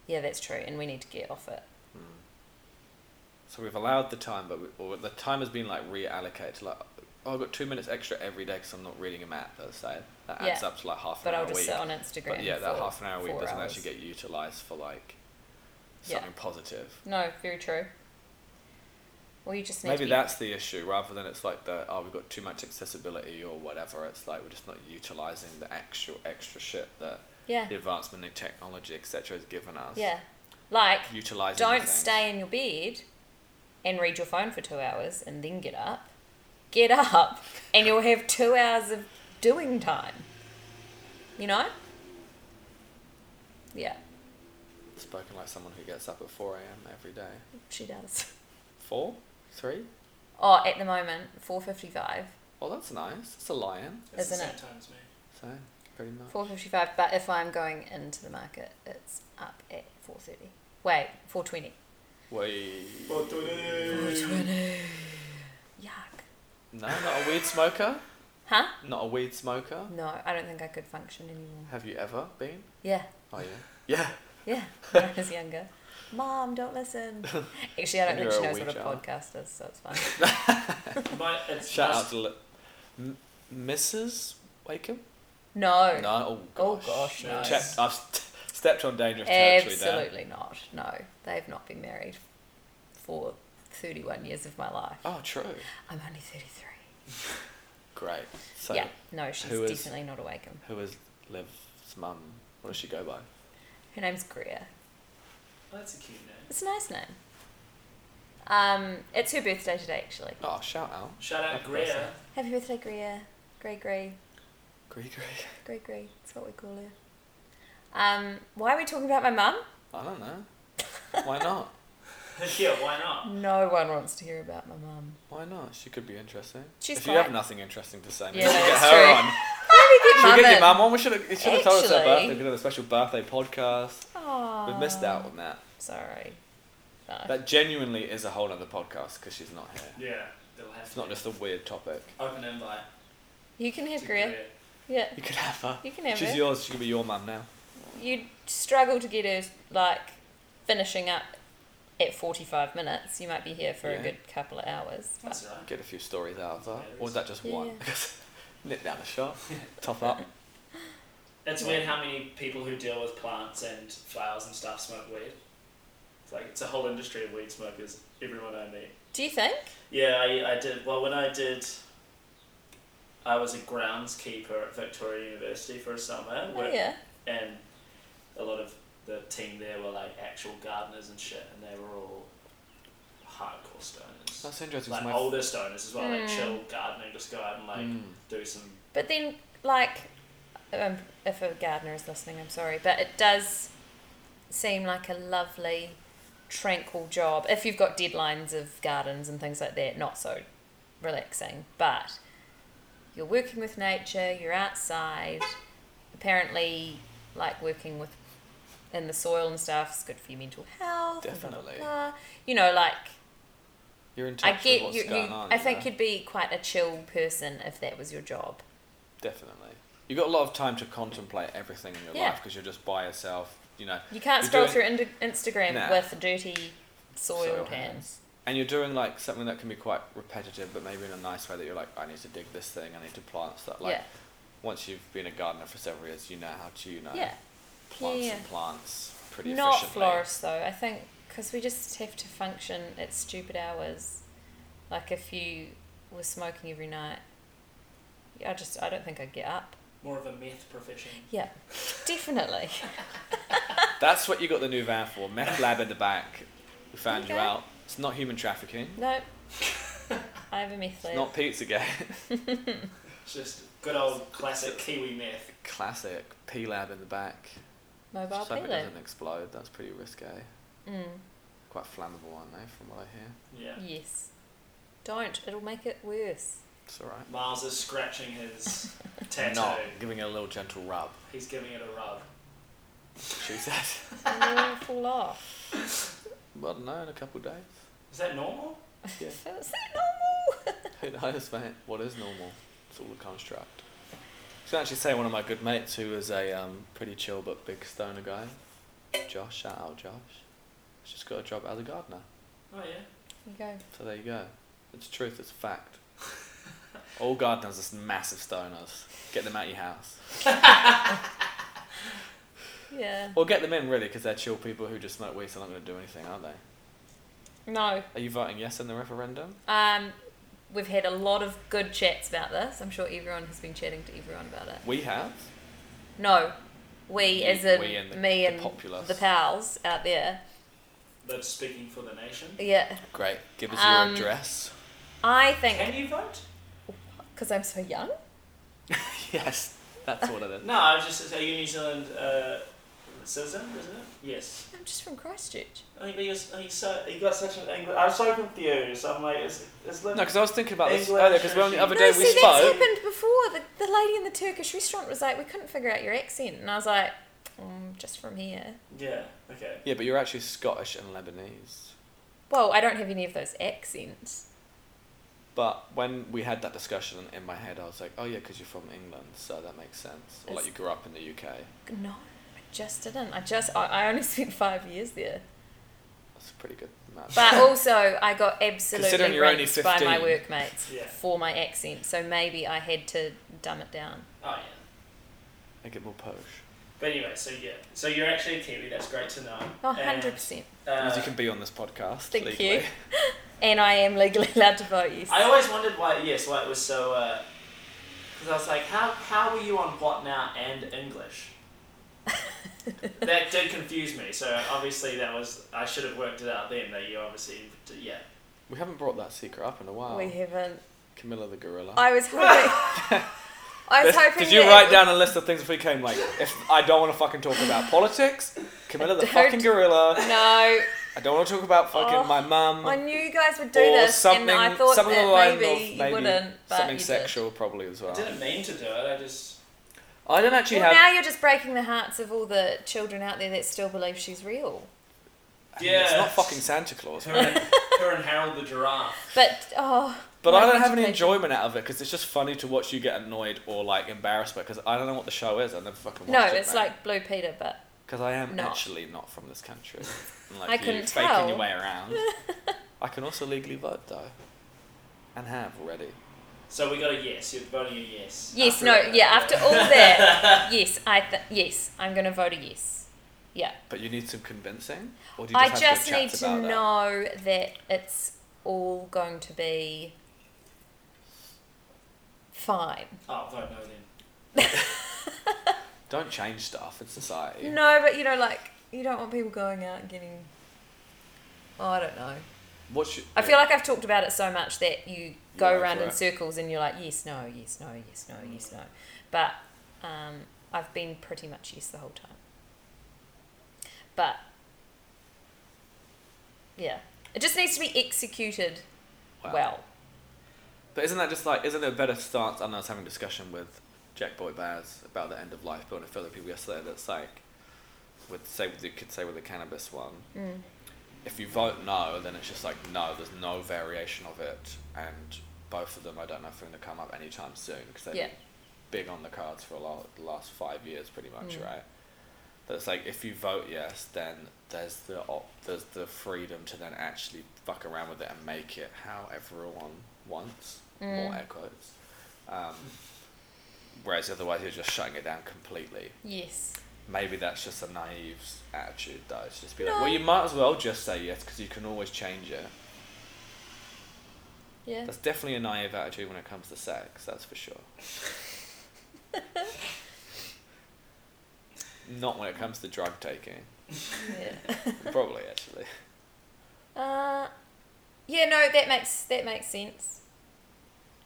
[SPEAKER 3] Yeah, that's true, and we need to get off it.
[SPEAKER 2] So we've allowed the time, but we, or the time has been like reallocated. Like, oh, I've got two minutes extra every day because I'm not reading a map. Let's say that adds
[SPEAKER 3] Yeah.
[SPEAKER 2] up to like half an
[SPEAKER 3] But
[SPEAKER 2] hour
[SPEAKER 3] I'll
[SPEAKER 2] a
[SPEAKER 3] just
[SPEAKER 2] week.
[SPEAKER 3] sit on Instagram.
[SPEAKER 2] but yeah, that
[SPEAKER 3] for
[SPEAKER 2] half an hour a week
[SPEAKER 3] four
[SPEAKER 2] doesn't
[SPEAKER 3] hours.
[SPEAKER 2] actually get utilized for like
[SPEAKER 3] Yeah.
[SPEAKER 2] something positive.
[SPEAKER 3] No, very true. Well, you just need to
[SPEAKER 2] Maybe
[SPEAKER 3] be-
[SPEAKER 2] that's the issue, rather than it's like the oh we've got too much accessibility or whatever. It's like we're just not utilizing the actual extra shit that
[SPEAKER 3] yeah,
[SPEAKER 2] the advancement in technology etc has given us.
[SPEAKER 3] yeah. Like,
[SPEAKER 2] Utilizing. the
[SPEAKER 3] don't
[SPEAKER 2] things.
[SPEAKER 3] stay in your bed and read your phone for two hours and then get up. Get up, <laughs> and you'll have two hours of doing time. You know. Yeah,
[SPEAKER 2] Spoken like someone who gets up at four a.m. every day.
[SPEAKER 3] she does. <laughs>
[SPEAKER 2] Four, three.
[SPEAKER 3] Oh, at the moment, four fifty-five.
[SPEAKER 2] Oh, that's nice. It's a lion.
[SPEAKER 4] It's the
[SPEAKER 3] Isn't
[SPEAKER 4] same
[SPEAKER 3] it?
[SPEAKER 4] time as me.
[SPEAKER 2] So pretty much.
[SPEAKER 3] Four fifty-five. But if I'm going into the market, it's up at four thirty. Wait, four twenty.
[SPEAKER 2] Wait.
[SPEAKER 3] Yuck.
[SPEAKER 2] No, not a weed smoker.
[SPEAKER 3] Huh?
[SPEAKER 2] Not a weed smoker.
[SPEAKER 3] No, I don't think I could function anymore.
[SPEAKER 2] Have you ever been?
[SPEAKER 3] Yeah,
[SPEAKER 2] Oh yeah. Yeah.
[SPEAKER 3] yeah. When I was younger. Mom, don't listen. Actually, I don't
[SPEAKER 2] You're
[SPEAKER 3] think
[SPEAKER 2] a
[SPEAKER 3] she knows
[SPEAKER 2] wee
[SPEAKER 3] what a
[SPEAKER 2] child.
[SPEAKER 3] podcast is, so it's fine. <laughs>
[SPEAKER 4] My, it's
[SPEAKER 2] Shout
[SPEAKER 4] just-
[SPEAKER 2] out to li- M- Mrs. Wakeham.
[SPEAKER 3] No,
[SPEAKER 2] No. Oh
[SPEAKER 3] Oh,
[SPEAKER 2] gosh.
[SPEAKER 3] gosh,
[SPEAKER 4] no.
[SPEAKER 2] Check- I've st- stepped on dangerous territory there.
[SPEAKER 3] absolutely not. No, they've not been married for 31 years of my life.
[SPEAKER 2] Oh, true.
[SPEAKER 3] I'm only 33.
[SPEAKER 2] Great. So,
[SPEAKER 3] yeah, no, she's
[SPEAKER 2] who is-
[SPEAKER 3] definitely not awake.
[SPEAKER 2] who is Liv's mum? What does she go by?
[SPEAKER 3] Her name's Greer.
[SPEAKER 4] Oh, that's a cute name.
[SPEAKER 3] It's a nice name. Um, it's her birthday today, actually.
[SPEAKER 2] Oh, shout out.
[SPEAKER 4] Shout out
[SPEAKER 2] Of course,
[SPEAKER 4] Greer.
[SPEAKER 3] Happy birthday, Greer. Grey, grey.
[SPEAKER 2] Gree Gree.
[SPEAKER 3] Grey, grey. That's what we call her. Um, why are we talking about my mum?
[SPEAKER 2] I don't know. Why not?
[SPEAKER 4] <laughs> yeah, why not?
[SPEAKER 3] No one wants to hear about my mum.
[SPEAKER 2] Why not? She could be interesting.
[SPEAKER 3] She's
[SPEAKER 2] if you have
[SPEAKER 3] quite-
[SPEAKER 2] nothing interesting to say, maybe
[SPEAKER 3] Yeah,
[SPEAKER 2] we should get
[SPEAKER 3] that's
[SPEAKER 2] her
[SPEAKER 3] true.
[SPEAKER 2] on.
[SPEAKER 3] <laughs> Why
[SPEAKER 2] Should
[SPEAKER 3] did
[SPEAKER 2] we get
[SPEAKER 3] get
[SPEAKER 2] your
[SPEAKER 3] mum?
[SPEAKER 2] mum on? We should have, should have told us her
[SPEAKER 3] Actually-
[SPEAKER 2] birthday. We could have a special birthday podcast.
[SPEAKER 3] Aww.
[SPEAKER 2] We've missed out on that.
[SPEAKER 3] Sorry. No.
[SPEAKER 2] That genuinely is a whole other podcast because she's not here.
[SPEAKER 4] Yeah, they'll have
[SPEAKER 2] It's
[SPEAKER 4] to
[SPEAKER 2] not just a weird topic.
[SPEAKER 4] open invite.
[SPEAKER 3] you can have
[SPEAKER 4] to
[SPEAKER 3] Greer.
[SPEAKER 4] Greer.
[SPEAKER 3] Yeah,
[SPEAKER 2] You could have her.
[SPEAKER 3] you can have
[SPEAKER 2] she's
[SPEAKER 3] her.
[SPEAKER 2] yours. She could be your mum now.
[SPEAKER 3] You struggle to get her, like, finishing up at 45 minutes. You might be here for
[SPEAKER 2] Yeah.
[SPEAKER 3] a good couple of hours. but-
[SPEAKER 4] That's all right.
[SPEAKER 2] Get a few stories out of her. Or is that <laughs> just
[SPEAKER 3] Yeah,
[SPEAKER 2] one?
[SPEAKER 3] yeah.
[SPEAKER 2] Nip down a shot. Top up.
[SPEAKER 4] It's weird how many people who deal with plants and flowers and stuff smoke weed. It's like it's a whole industry of weed smokers. Everyone I meet.
[SPEAKER 3] Do you think?
[SPEAKER 4] Yeah, I, I did. Well, when I did, I was a groundskeeper at Victoria University for a summer,
[SPEAKER 3] Oh,
[SPEAKER 4] where-
[SPEAKER 3] yeah.
[SPEAKER 4] and a lot of the team there were like actual gardeners and shit, and they were all hardcore stoners.
[SPEAKER 2] That's interesting. 'cause
[SPEAKER 4] like
[SPEAKER 2] my Hmm.
[SPEAKER 4] older stoners as well. They chill gardening, just go out and like do some.
[SPEAKER 3] But then, like, um, if a gardener is listening, I'm sorry, but it does seem like a lovely, tranquil job. If you've got deadlines of gardens and things like that, not so relaxing, but you're working with nature, you're outside. Apparently, like, working with in the soil and stuff is good for your mental health. and blah, blah,
[SPEAKER 2] Definitely.
[SPEAKER 3] blah. You know, like,
[SPEAKER 2] you're in
[SPEAKER 3] I
[SPEAKER 2] touch with
[SPEAKER 3] get
[SPEAKER 2] what's
[SPEAKER 3] you,
[SPEAKER 2] going
[SPEAKER 3] you
[SPEAKER 2] on.
[SPEAKER 3] I
[SPEAKER 2] you
[SPEAKER 3] think
[SPEAKER 2] know?
[SPEAKER 3] you'd be quite a chill person if that was your job.
[SPEAKER 2] Definitely. You've got a lot of time to contemplate everything in your
[SPEAKER 3] Yeah.
[SPEAKER 2] life because you're just by yourself, you know.
[SPEAKER 3] You can't
[SPEAKER 2] You're
[SPEAKER 3] scroll
[SPEAKER 2] doing-
[SPEAKER 3] through ind- Instagram
[SPEAKER 2] Nah.
[SPEAKER 3] with dirty soiled
[SPEAKER 2] Soil
[SPEAKER 3] hands.
[SPEAKER 2] hands. And you're doing like something that can be quite repetitive, but maybe in a nice way that you're like, I need to dig this thing, I need to plant stuff. Like,
[SPEAKER 3] yeah,
[SPEAKER 2] once you've been a gardener for several years, you know how to, you know, uh,
[SPEAKER 3] yeah.
[SPEAKER 2] plants
[SPEAKER 3] Yeah.
[SPEAKER 2] and plants pretty
[SPEAKER 3] Not
[SPEAKER 2] efficiently.
[SPEAKER 3] florists though. I think because we just have to function at stupid hours. Like if you were smoking every night, I just I don't think I'd get up.
[SPEAKER 4] More of a meth profession.
[SPEAKER 3] Yeah,
[SPEAKER 2] <laughs>
[SPEAKER 3] definitely.
[SPEAKER 2] That's what you got the new van for. Meth lab in the back. We found you
[SPEAKER 3] Okay.
[SPEAKER 2] out. It's not human trafficking.
[SPEAKER 3] No, I have a meth
[SPEAKER 2] It's
[SPEAKER 3] lab.
[SPEAKER 2] not Pizzagate.
[SPEAKER 4] It's just good old classic Kiwi meth.
[SPEAKER 2] <laughs> Classic P lab in the back.
[SPEAKER 3] Mobile
[SPEAKER 2] Just hope
[SPEAKER 3] pee
[SPEAKER 2] it
[SPEAKER 3] lab.
[SPEAKER 2] doesn't explode. That's pretty risque.
[SPEAKER 3] Mm.
[SPEAKER 2] Quite flammable, aren't they? From what I hear.
[SPEAKER 4] Yeah.
[SPEAKER 3] Yes. Don't. It'll make it worse.
[SPEAKER 2] It's all right.
[SPEAKER 4] Miles is scratching his
[SPEAKER 2] <laughs>
[SPEAKER 4] tattoo.
[SPEAKER 2] Not giving it a little gentle rub.
[SPEAKER 4] He's giving it a rub.
[SPEAKER 2] She said. <laughs>
[SPEAKER 3] It'll fall off.
[SPEAKER 2] well, no, in a couple of days.
[SPEAKER 4] Is that normal?
[SPEAKER 2] Yeah.
[SPEAKER 3] <laughs> Is that normal?
[SPEAKER 2] Who knows, mate? What is normal? It's all a construct. I can actually say one of my good mates who is a um, pretty chill but big stoner guy, Josh. Shout out, Josh. He's just got a job as a gardener.
[SPEAKER 4] Oh yeah.
[SPEAKER 3] you go.
[SPEAKER 2] So there you go. It's truth. It's <laughs> fact. all gardeners are massive stoners. Get them out your house.
[SPEAKER 3] Yeah.
[SPEAKER 2] Or get them in, really, because they're chill people who just smoke weed, so they're not going to do anything, are they?
[SPEAKER 3] No.
[SPEAKER 2] Are you voting yes in the referendum?
[SPEAKER 3] Um, we've had a lot of good chats about this. I'm sure everyone has been chatting to everyone about it.
[SPEAKER 2] We have.
[SPEAKER 3] No. We,
[SPEAKER 2] We-
[SPEAKER 3] as in
[SPEAKER 2] we and the-
[SPEAKER 3] me
[SPEAKER 2] the
[SPEAKER 3] and
[SPEAKER 2] populace.
[SPEAKER 3] the pals out there.
[SPEAKER 4] They're speaking for the nation.
[SPEAKER 3] Yeah.
[SPEAKER 2] Great. Give us
[SPEAKER 3] Um,
[SPEAKER 2] your address. <laughs>
[SPEAKER 3] I
[SPEAKER 4] Can
[SPEAKER 3] think,
[SPEAKER 4] you vote?
[SPEAKER 3] because I'm so young,
[SPEAKER 2] yes, that's what it is.
[SPEAKER 4] No, I was just are you a New Zealand uh, citizen, isn't it? Yes.
[SPEAKER 3] I'm just from Christchurch.
[SPEAKER 4] I think you're, you're so you got such an English. I'm so confused. I'm like, it's it's
[SPEAKER 2] No,
[SPEAKER 4] lit-
[SPEAKER 2] because I was thinking about this
[SPEAKER 4] English
[SPEAKER 2] earlier, because the other
[SPEAKER 4] But
[SPEAKER 2] day
[SPEAKER 3] no,
[SPEAKER 2] we
[SPEAKER 3] see, that's
[SPEAKER 2] spoke.
[SPEAKER 3] happened before. The, the lady in the Turkish restaurant was like, we couldn't figure out your accent. And I was like, mm, just from here.
[SPEAKER 4] yeah. Okay.
[SPEAKER 2] Yeah, but you're actually Scottish and Lebanese.
[SPEAKER 3] Well, I don't have any of those accents.
[SPEAKER 2] But when we had that discussion in my head, I was like, oh, yeah, because you're from England, so that makes sense. Or like
[SPEAKER 3] It's-
[SPEAKER 2] you grew up in the UK.
[SPEAKER 3] No, I just didn't. I just, I, I only <laughs> spent five years there.
[SPEAKER 2] That's a pretty good match. <laughs>
[SPEAKER 3] But also, I got
[SPEAKER 2] Considering
[SPEAKER 3] absolutely
[SPEAKER 2] you're only
[SPEAKER 3] rinsed by my
[SPEAKER 2] 15.
[SPEAKER 3] workmates
[SPEAKER 4] Yeah.
[SPEAKER 3] for my accent, so maybe I had to dumb it down.
[SPEAKER 4] Oh yeah.
[SPEAKER 2] Make it more posh.
[SPEAKER 4] But anyway, so yeah, so you're actually a Kiwi. That's great to know.
[SPEAKER 3] Oh,
[SPEAKER 4] And,
[SPEAKER 3] 100%.
[SPEAKER 4] uh,
[SPEAKER 2] As you can be on this podcast.
[SPEAKER 3] Thank you. <laughs>
[SPEAKER 2] legally.
[SPEAKER 3] And I am legally <laughs> allowed to vote, yes.
[SPEAKER 4] I always wondered why. Yes, why it was so. Because I was like, how how were you on what now and
[SPEAKER 3] <laughs>
[SPEAKER 4] English? that did confuse me. So obviously that was I should have worked it out then. That you obviously d- yeah.
[SPEAKER 2] We haven't brought that secret up in a while.
[SPEAKER 3] We haven't.
[SPEAKER 2] Camilla the Gorilla. <laughs>
[SPEAKER 3] I was hoping. I was
[SPEAKER 2] This-
[SPEAKER 3] hoping.
[SPEAKER 2] Oh. Did you
[SPEAKER 3] that
[SPEAKER 2] write
[SPEAKER 3] it
[SPEAKER 2] down a list of things before you came? Like, if I don't want to fucking talk about politics, Camilla the
[SPEAKER 3] Don't.
[SPEAKER 2] fucking gorilla.
[SPEAKER 3] would- No,
[SPEAKER 2] I don't want to talk about fucking
[SPEAKER 3] Oh,
[SPEAKER 2] my mum.
[SPEAKER 3] I
[SPEAKER 2] Or
[SPEAKER 3] knew you guys would do this, and I thought
[SPEAKER 2] something
[SPEAKER 3] that
[SPEAKER 2] along the
[SPEAKER 3] maybe,
[SPEAKER 2] lines of
[SPEAKER 3] you wouldn't. But
[SPEAKER 2] something
[SPEAKER 3] you did.
[SPEAKER 2] sexual, probably as
[SPEAKER 4] I
[SPEAKER 2] well.
[SPEAKER 4] didn't mean to do it. I
[SPEAKER 3] <laughs>
[SPEAKER 4] just
[SPEAKER 2] I don't actually
[SPEAKER 3] Well,
[SPEAKER 2] have.
[SPEAKER 3] now you're just breaking the hearts of all the children out there that still believe she's real.
[SPEAKER 2] I mean, It's
[SPEAKER 4] Yeah.
[SPEAKER 2] not fucking Santa Claus.
[SPEAKER 4] her and, her and Harold the giraffe.
[SPEAKER 3] But oh.
[SPEAKER 2] But
[SPEAKER 3] my
[SPEAKER 2] I don't have any
[SPEAKER 3] education.
[SPEAKER 2] enjoyment out of it because it's just funny to watch you get annoyed or like embarrassed by because I don't know what the show is. I never fucking watched
[SPEAKER 3] No,
[SPEAKER 2] it.
[SPEAKER 3] it's like Blue Peter, but
[SPEAKER 2] Because I am
[SPEAKER 3] not.
[SPEAKER 2] actually not from this
[SPEAKER 3] <laughs>
[SPEAKER 2] country. Unlike
[SPEAKER 3] I
[SPEAKER 2] you,
[SPEAKER 3] couldn't
[SPEAKER 2] faking your
[SPEAKER 3] tell.
[SPEAKER 2] way
[SPEAKER 3] <laughs>
[SPEAKER 2] around. I can also legally vote though. And have already.
[SPEAKER 4] So we got a yes. You're voting a yes.
[SPEAKER 3] Yes,
[SPEAKER 4] After
[SPEAKER 3] no,
[SPEAKER 4] all that.
[SPEAKER 3] yeah, after
[SPEAKER 2] <laughs>
[SPEAKER 3] all that, yes, I th- yes, I'm going to vote a yes. Yeah.
[SPEAKER 2] But you need some convincing? Or do you
[SPEAKER 3] I
[SPEAKER 2] just have
[SPEAKER 3] just
[SPEAKER 2] good
[SPEAKER 3] need
[SPEAKER 2] chats
[SPEAKER 3] to
[SPEAKER 2] about it?
[SPEAKER 3] know that it's all going to be fine.
[SPEAKER 4] Oh, vote no then.
[SPEAKER 2] Don't change stuff in society.
[SPEAKER 3] No, but you know, like, you don't want people going out and getting, oh, I don't know,
[SPEAKER 2] What's your,
[SPEAKER 3] I feel like I've talked about it so much that you go
[SPEAKER 2] Yeah,
[SPEAKER 3] around in
[SPEAKER 2] right.
[SPEAKER 3] circles and you're like, yes, no, yes, no, yes, no, yes, no. But um, I've been pretty much yes the whole time. But yeah, it just needs to be executed
[SPEAKER 2] Wow.
[SPEAKER 3] well.
[SPEAKER 2] But isn't that just like, isn't it a better stance? I know I was having a discussion with Jack Boy Baz about the end of life, but on a fellow people yesterday that's like, with say with the could say with the cannabis one, if you vote no, then it's just like no, there's no variation of it, and both of them I don't know if they're going to come up anytime soon because they've
[SPEAKER 3] Yeah.
[SPEAKER 2] been big on the cards for a lot the last five years pretty much, right? That's like if you vote yes, then there's the op- there's the freedom to then actually fuck around with it and make it how everyone wants. More air quotes. Um, whereas otherwise you're just shutting it down completely.
[SPEAKER 3] Yes.
[SPEAKER 2] Maybe that's just a naive attitude, though. It's just be like,
[SPEAKER 3] No.
[SPEAKER 2] well, you might as well just say yes because you can always change it.
[SPEAKER 3] Yeah.
[SPEAKER 2] That's definitely a naive attitude when it comes to sex. That's for sure. Not when it comes to drug taking.
[SPEAKER 3] yeah.
[SPEAKER 2] Probably actually.
[SPEAKER 3] Uh, yeah. No, that makes that makes sense.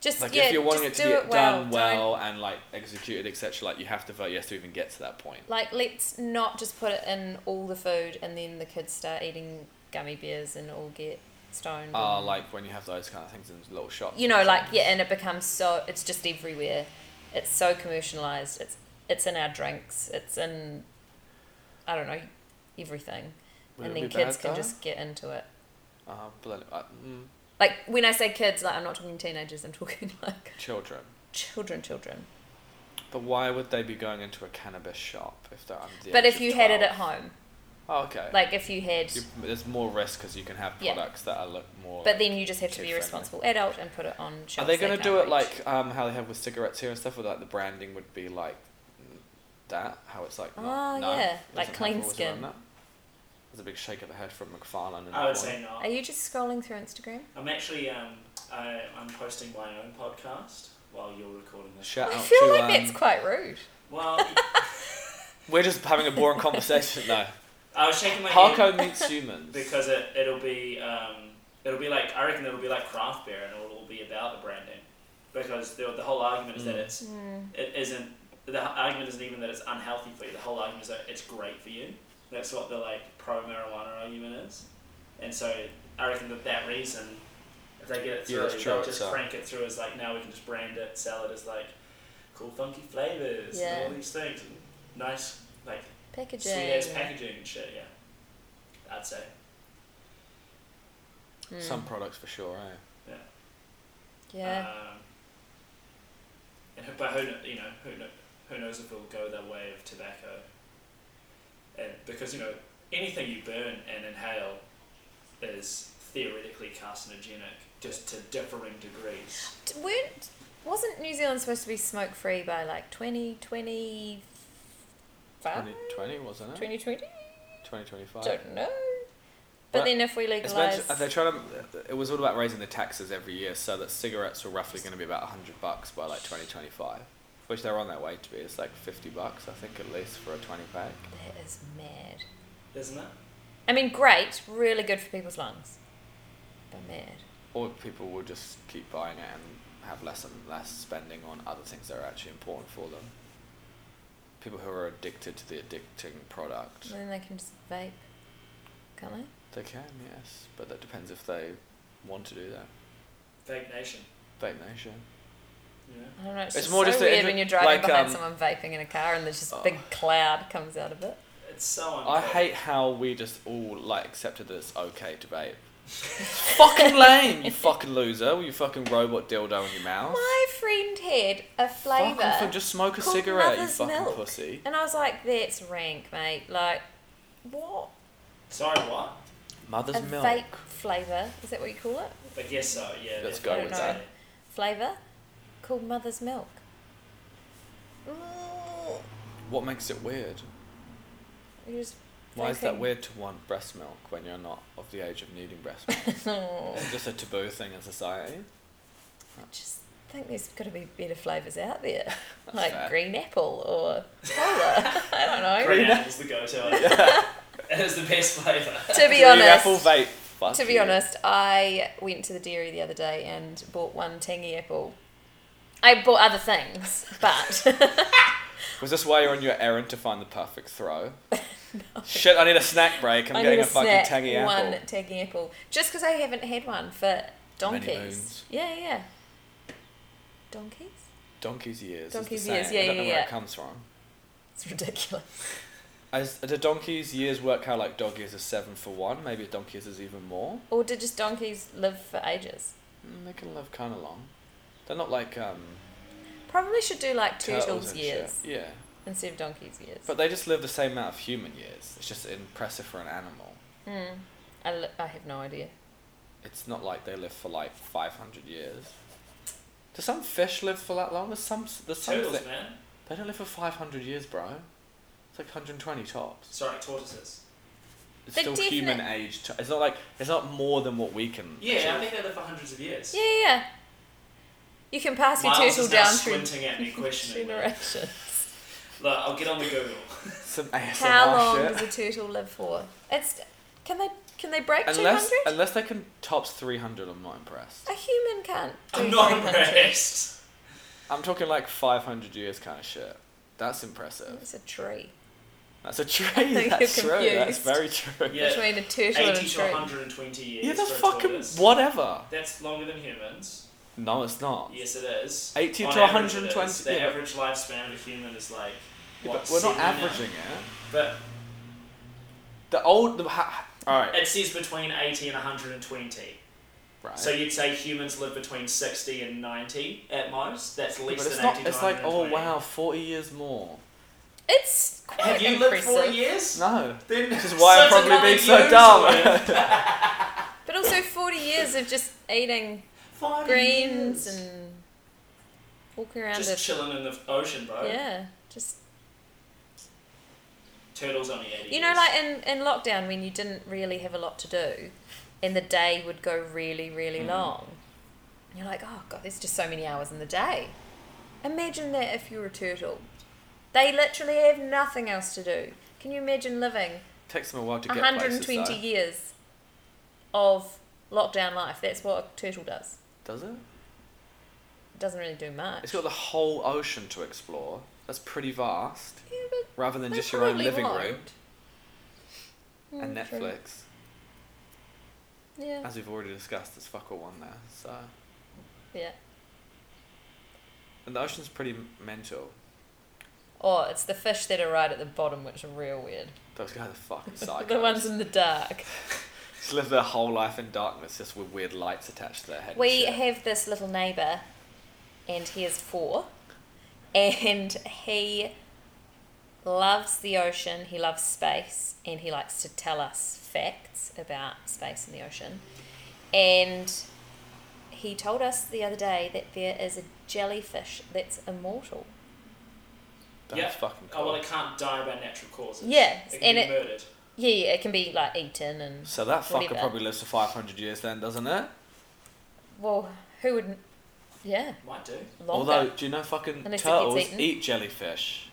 [SPEAKER 3] Just
[SPEAKER 2] Like
[SPEAKER 3] yeah,
[SPEAKER 2] if you're wanting it
[SPEAKER 3] just
[SPEAKER 2] to
[SPEAKER 3] do
[SPEAKER 2] be
[SPEAKER 3] it well.
[SPEAKER 2] done
[SPEAKER 3] Don't-
[SPEAKER 2] well and like executed, etc., like you have to vote yes to even get to that point.
[SPEAKER 3] Like, let's not just put it in all the food and then the kids start eating gummy bears and all get stoned.
[SPEAKER 2] Ah,
[SPEAKER 3] and-
[SPEAKER 2] like when you have those kind of things in little shops.
[SPEAKER 3] Mm-hmm. you know, like yeah, and it becomes so. It's just everywhere. It's so commercialized. It's it's in our drinks. It's in, I don't know, everything.
[SPEAKER 2] Would
[SPEAKER 3] and
[SPEAKER 2] it
[SPEAKER 3] then
[SPEAKER 2] be
[SPEAKER 3] kids
[SPEAKER 2] bad,
[SPEAKER 3] can
[SPEAKER 2] though?
[SPEAKER 3] just get into it.
[SPEAKER 2] Ah, bloody- uh, mm,
[SPEAKER 3] Like when I say kids, like I'm not talking teenagers. I'm talking <laughs> like
[SPEAKER 2] children.
[SPEAKER 3] children, children.
[SPEAKER 2] But why would they be going into a cannabis shop if they're under the
[SPEAKER 3] but
[SPEAKER 2] age
[SPEAKER 3] if
[SPEAKER 2] of
[SPEAKER 3] you had it at
[SPEAKER 2] 12?
[SPEAKER 3] home,
[SPEAKER 2] Oh, okay.
[SPEAKER 3] like if you had,
[SPEAKER 2] You- there's more risk because you can have
[SPEAKER 3] Yeah.
[SPEAKER 2] products that are look more.
[SPEAKER 3] but
[SPEAKER 2] like-
[SPEAKER 3] then you just have to be a
[SPEAKER 2] kid-friendly.
[SPEAKER 3] responsible adult and put it on.
[SPEAKER 2] are
[SPEAKER 3] shelves
[SPEAKER 2] they going to
[SPEAKER 3] can't
[SPEAKER 2] do it
[SPEAKER 3] reach.
[SPEAKER 2] like um, how they have with cigarettes here and stuff, where like the branding would be like that? How it's like. not-
[SPEAKER 3] Oh,
[SPEAKER 2] no,
[SPEAKER 3] yeah,
[SPEAKER 2] it doesn't
[SPEAKER 3] like
[SPEAKER 2] have
[SPEAKER 3] clean
[SPEAKER 2] rules around
[SPEAKER 3] skin.
[SPEAKER 2] that? There's a big shake of the head from McFarlane. And
[SPEAKER 4] I would
[SPEAKER 2] that
[SPEAKER 4] say
[SPEAKER 2] one.
[SPEAKER 4] not.
[SPEAKER 3] Are you just scrolling through Instagram?
[SPEAKER 4] I'm actually um, I, I'm posting my own podcast while you're recording this.
[SPEAKER 2] Shout
[SPEAKER 3] I
[SPEAKER 2] out
[SPEAKER 3] feel
[SPEAKER 2] to,
[SPEAKER 3] like
[SPEAKER 2] um,
[SPEAKER 3] that's quite rude.
[SPEAKER 4] Well,
[SPEAKER 2] We're just having a boring conversation though.
[SPEAKER 4] <laughs> I was shaking my head.
[SPEAKER 2] Harco meets humans.
[SPEAKER 4] because it it'll be um, it'll be like I reckon it'll be like craft beer and it'll all be about the branding because the, the whole argument is that
[SPEAKER 2] Mm.
[SPEAKER 4] it's it isn't the argument isn't even that it's unhealthy for you the whole argument is that it's great for you that's what the like pro marijuana argument is and so I reckon that that reason if they get it
[SPEAKER 2] Yeah,
[SPEAKER 4] through
[SPEAKER 2] that's true,
[SPEAKER 4] they'll
[SPEAKER 2] it's,
[SPEAKER 4] just
[SPEAKER 2] uh,
[SPEAKER 4] crank it through as like now we can just brand it sell it as like cool funky flavors
[SPEAKER 3] Yeah.
[SPEAKER 4] and all these things and nice like
[SPEAKER 3] Packaging. Hmm.
[SPEAKER 4] sweet ass packaging and shit yeah I'd say.
[SPEAKER 3] Mm.
[SPEAKER 2] Some products for sure, eh?
[SPEAKER 3] Yeah.
[SPEAKER 4] Um, and who- but who kn- you know who kn- who knows if it'll go that way of tobacco, and because you know anything you burn and inhale is theoretically carcinogenic, just to differing degrees.
[SPEAKER 3] D weren't wasn't New Zealand supposed to be smoke free by like 2025?
[SPEAKER 2] 2020 wasn't it?
[SPEAKER 3] 2020?
[SPEAKER 2] 2025.
[SPEAKER 3] Don't know. But
[SPEAKER 2] But
[SPEAKER 3] then if we
[SPEAKER 2] It's
[SPEAKER 3] legalise,
[SPEAKER 2] meant- They're trying to. It was all about raising the taxes every year, so that cigarettes were roughly going to be about hundred bucks by like twenty twenty five, which they're on their way to be. It's like fifty bucks, I think, at least for a twenty pack.
[SPEAKER 3] that is mad.
[SPEAKER 4] Isn't it?
[SPEAKER 3] I mean, great, really good for people's lungs, but mad.
[SPEAKER 2] Or people will just keep buying it and have less and less spending on other things that are actually important for them. People who are addicted to the addicting product.
[SPEAKER 3] And then they can just vape, can't they?
[SPEAKER 2] They can, yes, but that depends if they want to do that.
[SPEAKER 4] Vague Nation.
[SPEAKER 2] Fake nation.
[SPEAKER 4] Yeah.
[SPEAKER 3] I don't know. It's,
[SPEAKER 2] It's
[SPEAKER 3] just
[SPEAKER 2] more
[SPEAKER 3] so
[SPEAKER 2] just a-
[SPEAKER 3] weird when you're driving
[SPEAKER 2] like,
[SPEAKER 3] behind
[SPEAKER 2] um,
[SPEAKER 3] someone vaping in a car and there's just a
[SPEAKER 2] Oh.
[SPEAKER 3] big cloud comes out of it.
[SPEAKER 4] It's so uncool.
[SPEAKER 2] I hate how we just all like accepted that it's okay to vape. fucking lame, you fucking loser with your fucking robot dildo in your mouth.
[SPEAKER 3] My friend had a
[SPEAKER 2] Oh. Fuck off
[SPEAKER 3] flavour,
[SPEAKER 2] and just smoke a
[SPEAKER 3] called
[SPEAKER 2] cigarette, you
[SPEAKER 3] Mother's
[SPEAKER 2] fucking
[SPEAKER 3] Milk.
[SPEAKER 2] pussy.
[SPEAKER 3] and I was like, "That's rank, mate. Like, what?
[SPEAKER 4] Sorry, what?
[SPEAKER 2] Mother's
[SPEAKER 3] a
[SPEAKER 2] milk.
[SPEAKER 3] vape flavour? Is that what you call it?
[SPEAKER 4] I guess so. Yeah.
[SPEAKER 2] Let's
[SPEAKER 4] definitely.
[SPEAKER 2] go
[SPEAKER 3] I with don't know.
[SPEAKER 2] that.
[SPEAKER 3] Flavour called mother's milk. Mm,
[SPEAKER 2] What makes it weird?
[SPEAKER 3] You're just
[SPEAKER 2] Why is that
[SPEAKER 3] vaping.
[SPEAKER 2] weird to want breast milk when you're not of the age of needing breast milk?
[SPEAKER 3] Oh,
[SPEAKER 2] it's just a taboo thing in society.
[SPEAKER 3] I <laughs> just think there's got to be better flavours out there, like
[SPEAKER 2] fair.
[SPEAKER 3] green apple or cola. <laughs> I don't
[SPEAKER 2] <laughs>
[SPEAKER 3] know.
[SPEAKER 4] Green apple's the go-to. It is the best flavour.
[SPEAKER 3] To be
[SPEAKER 2] Green
[SPEAKER 3] honest,
[SPEAKER 2] apple vape Fuck
[SPEAKER 3] to be
[SPEAKER 2] you.
[SPEAKER 3] honest, I went to the dairy the other day and bought one tangy apple. I bought
[SPEAKER 2] <laughs>
[SPEAKER 3] other things, but
[SPEAKER 2] Was this why you're on your errand to find the perfect
[SPEAKER 3] <laughs>
[SPEAKER 2] throw? Shit, I need a snack break. I'm
[SPEAKER 3] I
[SPEAKER 2] getting
[SPEAKER 3] need
[SPEAKER 2] a, fucking
[SPEAKER 3] snack,
[SPEAKER 2] tangy
[SPEAKER 3] One
[SPEAKER 2] apple.
[SPEAKER 3] tangy apple, just because I haven't had one for donkeys.
[SPEAKER 2] moons.
[SPEAKER 3] Yeah, yeah. Donkeys.
[SPEAKER 2] Donkey's ears.
[SPEAKER 3] Donkey's
[SPEAKER 2] is the
[SPEAKER 3] ears,
[SPEAKER 2] saying.
[SPEAKER 3] yeah,
[SPEAKER 2] I don't
[SPEAKER 3] yeah,
[SPEAKER 2] know where
[SPEAKER 3] yeah.
[SPEAKER 2] it comes from.
[SPEAKER 3] It's ridiculous.
[SPEAKER 2] As, do donkey's years work out like dog years is seven for one? Maybe a donkey years is even more.
[SPEAKER 3] Or did just donkeys live for ages?
[SPEAKER 2] Mm, they can live kind of long. They're not like um,
[SPEAKER 3] Probably should do like
[SPEAKER 2] turtles
[SPEAKER 3] turtles'
[SPEAKER 2] and
[SPEAKER 3] years
[SPEAKER 2] Shit. Yeah,
[SPEAKER 3] instead of donkeys' years.
[SPEAKER 2] but they just live the same amount of human years. It's just impressive for an animal.
[SPEAKER 3] mm, I, li- I have no idea.
[SPEAKER 2] It's not like they live for like five hundred years. Do some fish live for that long? There's some. There's some.
[SPEAKER 4] Turtles,
[SPEAKER 2] thi-
[SPEAKER 4] man.
[SPEAKER 2] They don't live for five hundred years, bro. It's like hundred twenty tops.
[SPEAKER 4] Sorry, tortoises.
[SPEAKER 2] It's
[SPEAKER 3] They're
[SPEAKER 2] still
[SPEAKER 3] definite-
[SPEAKER 2] human age. To- it's not like it's not more than what we can.
[SPEAKER 4] Yeah, I
[SPEAKER 2] achieve.
[SPEAKER 4] think they live for hundreds of years.
[SPEAKER 3] Yeah, yeah, yeah. You can pass your
[SPEAKER 4] Miles
[SPEAKER 3] turtle
[SPEAKER 4] is now
[SPEAKER 3] down through
[SPEAKER 4] squinting at me,
[SPEAKER 3] <laughs>
[SPEAKER 4] questioning. me.
[SPEAKER 3] generations.
[SPEAKER 4] Look, I'll get on the Google.
[SPEAKER 2] some ASMR
[SPEAKER 3] How long
[SPEAKER 2] shit.
[SPEAKER 3] does a turtle live for? It's can they can they break two
[SPEAKER 2] Unless
[SPEAKER 3] hundred?
[SPEAKER 2] unless they can tops three hundred, I'm not impressed.
[SPEAKER 3] A human can't. Do
[SPEAKER 4] I'm not
[SPEAKER 3] 300.
[SPEAKER 4] impressed.
[SPEAKER 2] I'm talking like five hundred years kind of shit. That's impressive.
[SPEAKER 3] It's a tree.
[SPEAKER 2] That's a tree. <laughs>
[SPEAKER 3] think
[SPEAKER 2] That's
[SPEAKER 3] <laughs> you're
[SPEAKER 2] true. That's
[SPEAKER 3] confused.
[SPEAKER 2] very true. <laughs>
[SPEAKER 4] Yeah.
[SPEAKER 3] Between a turtle and a
[SPEAKER 4] 80 to
[SPEAKER 3] tree.
[SPEAKER 4] 120 years.
[SPEAKER 2] Yeah, that's
[SPEAKER 4] for a
[SPEAKER 2] fucking
[SPEAKER 4] tortoise.
[SPEAKER 2] whatever.
[SPEAKER 4] That's longer than humans.
[SPEAKER 2] No, it's not.
[SPEAKER 4] Yes, it is.
[SPEAKER 2] 80
[SPEAKER 4] On
[SPEAKER 2] to
[SPEAKER 4] average,
[SPEAKER 2] 120
[SPEAKER 4] It is. The
[SPEAKER 2] yeah, but-
[SPEAKER 4] average lifespan of a human is like.
[SPEAKER 2] Yeah,
[SPEAKER 4] What,
[SPEAKER 2] but we're not
[SPEAKER 4] 70 now?
[SPEAKER 2] averaging it.
[SPEAKER 4] But
[SPEAKER 2] The old, the ha, all right,
[SPEAKER 4] it says between 80 and 120.
[SPEAKER 2] right.
[SPEAKER 4] So you'd say humans live between 60 and 90 at most. That's
[SPEAKER 2] but
[SPEAKER 4] less
[SPEAKER 2] it's
[SPEAKER 4] than
[SPEAKER 2] not.
[SPEAKER 4] 80 to
[SPEAKER 2] It's like, oh
[SPEAKER 4] 120.
[SPEAKER 2] wow, forty years more.
[SPEAKER 3] It's quite
[SPEAKER 4] Have you lived
[SPEAKER 3] impressive.
[SPEAKER 4] 40 years?
[SPEAKER 2] No,
[SPEAKER 4] Then
[SPEAKER 2] This is why I'm
[SPEAKER 4] such
[SPEAKER 2] probably
[SPEAKER 4] another
[SPEAKER 2] being so
[SPEAKER 4] year's
[SPEAKER 2] dumb. <laughs>
[SPEAKER 4] worth.
[SPEAKER 3] But also forty years of just eating
[SPEAKER 4] 40
[SPEAKER 3] greens
[SPEAKER 4] years.
[SPEAKER 3] and walking around
[SPEAKER 4] Just chilling in the ocean, bro.
[SPEAKER 3] a yeah. Just
[SPEAKER 4] Turtles only 80
[SPEAKER 3] you know,
[SPEAKER 4] years.
[SPEAKER 3] like in in lockdown when you didn't really have a lot to do, and the day would go really really
[SPEAKER 2] Mm.
[SPEAKER 3] long. And you're like, oh god, there's just so many hours in the day. Imagine that if you're a turtle, they literally have nothing else to do. Can you imagine living
[SPEAKER 2] takes them a while to get places.
[SPEAKER 3] 120
[SPEAKER 2] though.
[SPEAKER 3] years of lockdown life? That's what a turtle does.
[SPEAKER 2] Does it?
[SPEAKER 3] It doesn't really do much.
[SPEAKER 2] It's got the whole ocean to explore. That's pretty vast.
[SPEAKER 3] Yeah, but
[SPEAKER 2] Rather than
[SPEAKER 3] they
[SPEAKER 2] just your own
[SPEAKER 3] probably
[SPEAKER 2] living
[SPEAKER 3] won't.
[SPEAKER 2] room and
[SPEAKER 3] Mm, true.
[SPEAKER 2] Netflix.
[SPEAKER 3] Yeah,
[SPEAKER 2] As we've already discussed, there's fuck all one there. So,
[SPEAKER 3] yeah.
[SPEAKER 2] and the ocean's pretty m- mental.
[SPEAKER 3] Or Oh, it's the fish that are right at the bottom, which are real weird.
[SPEAKER 2] Those guys are
[SPEAKER 3] <laughs>
[SPEAKER 2] fucking psychos.
[SPEAKER 3] the ones in the dark.
[SPEAKER 2] just live their whole life in darkness, just with weird lights attached to their head. and
[SPEAKER 3] We
[SPEAKER 2] shit.
[SPEAKER 3] have this little neighbour, and he is four, and he loves the ocean, he loves space, and he likes to tell us facts about space and the ocean. And he told us the other day that there is a jellyfish that's immortal.
[SPEAKER 2] That's
[SPEAKER 4] Yeah.
[SPEAKER 2] fucking
[SPEAKER 4] Oh,
[SPEAKER 2] cool.
[SPEAKER 4] well, it can't die by natural causes.
[SPEAKER 3] Yeah,
[SPEAKER 4] It can
[SPEAKER 3] and
[SPEAKER 4] be
[SPEAKER 3] it-
[SPEAKER 4] murdered.
[SPEAKER 3] Yeah, yeah, it can be like eaten and
[SPEAKER 2] so that fucker
[SPEAKER 3] Whatever.
[SPEAKER 2] probably lives for 500 years then, doesn't it?
[SPEAKER 3] well, who wouldn't? Yeah,
[SPEAKER 4] Might do. <laughs>
[SPEAKER 3] longer.
[SPEAKER 2] Although, do you know fucking
[SPEAKER 3] Unless it gets
[SPEAKER 2] turtles
[SPEAKER 3] eaten.
[SPEAKER 2] eat jellyfish?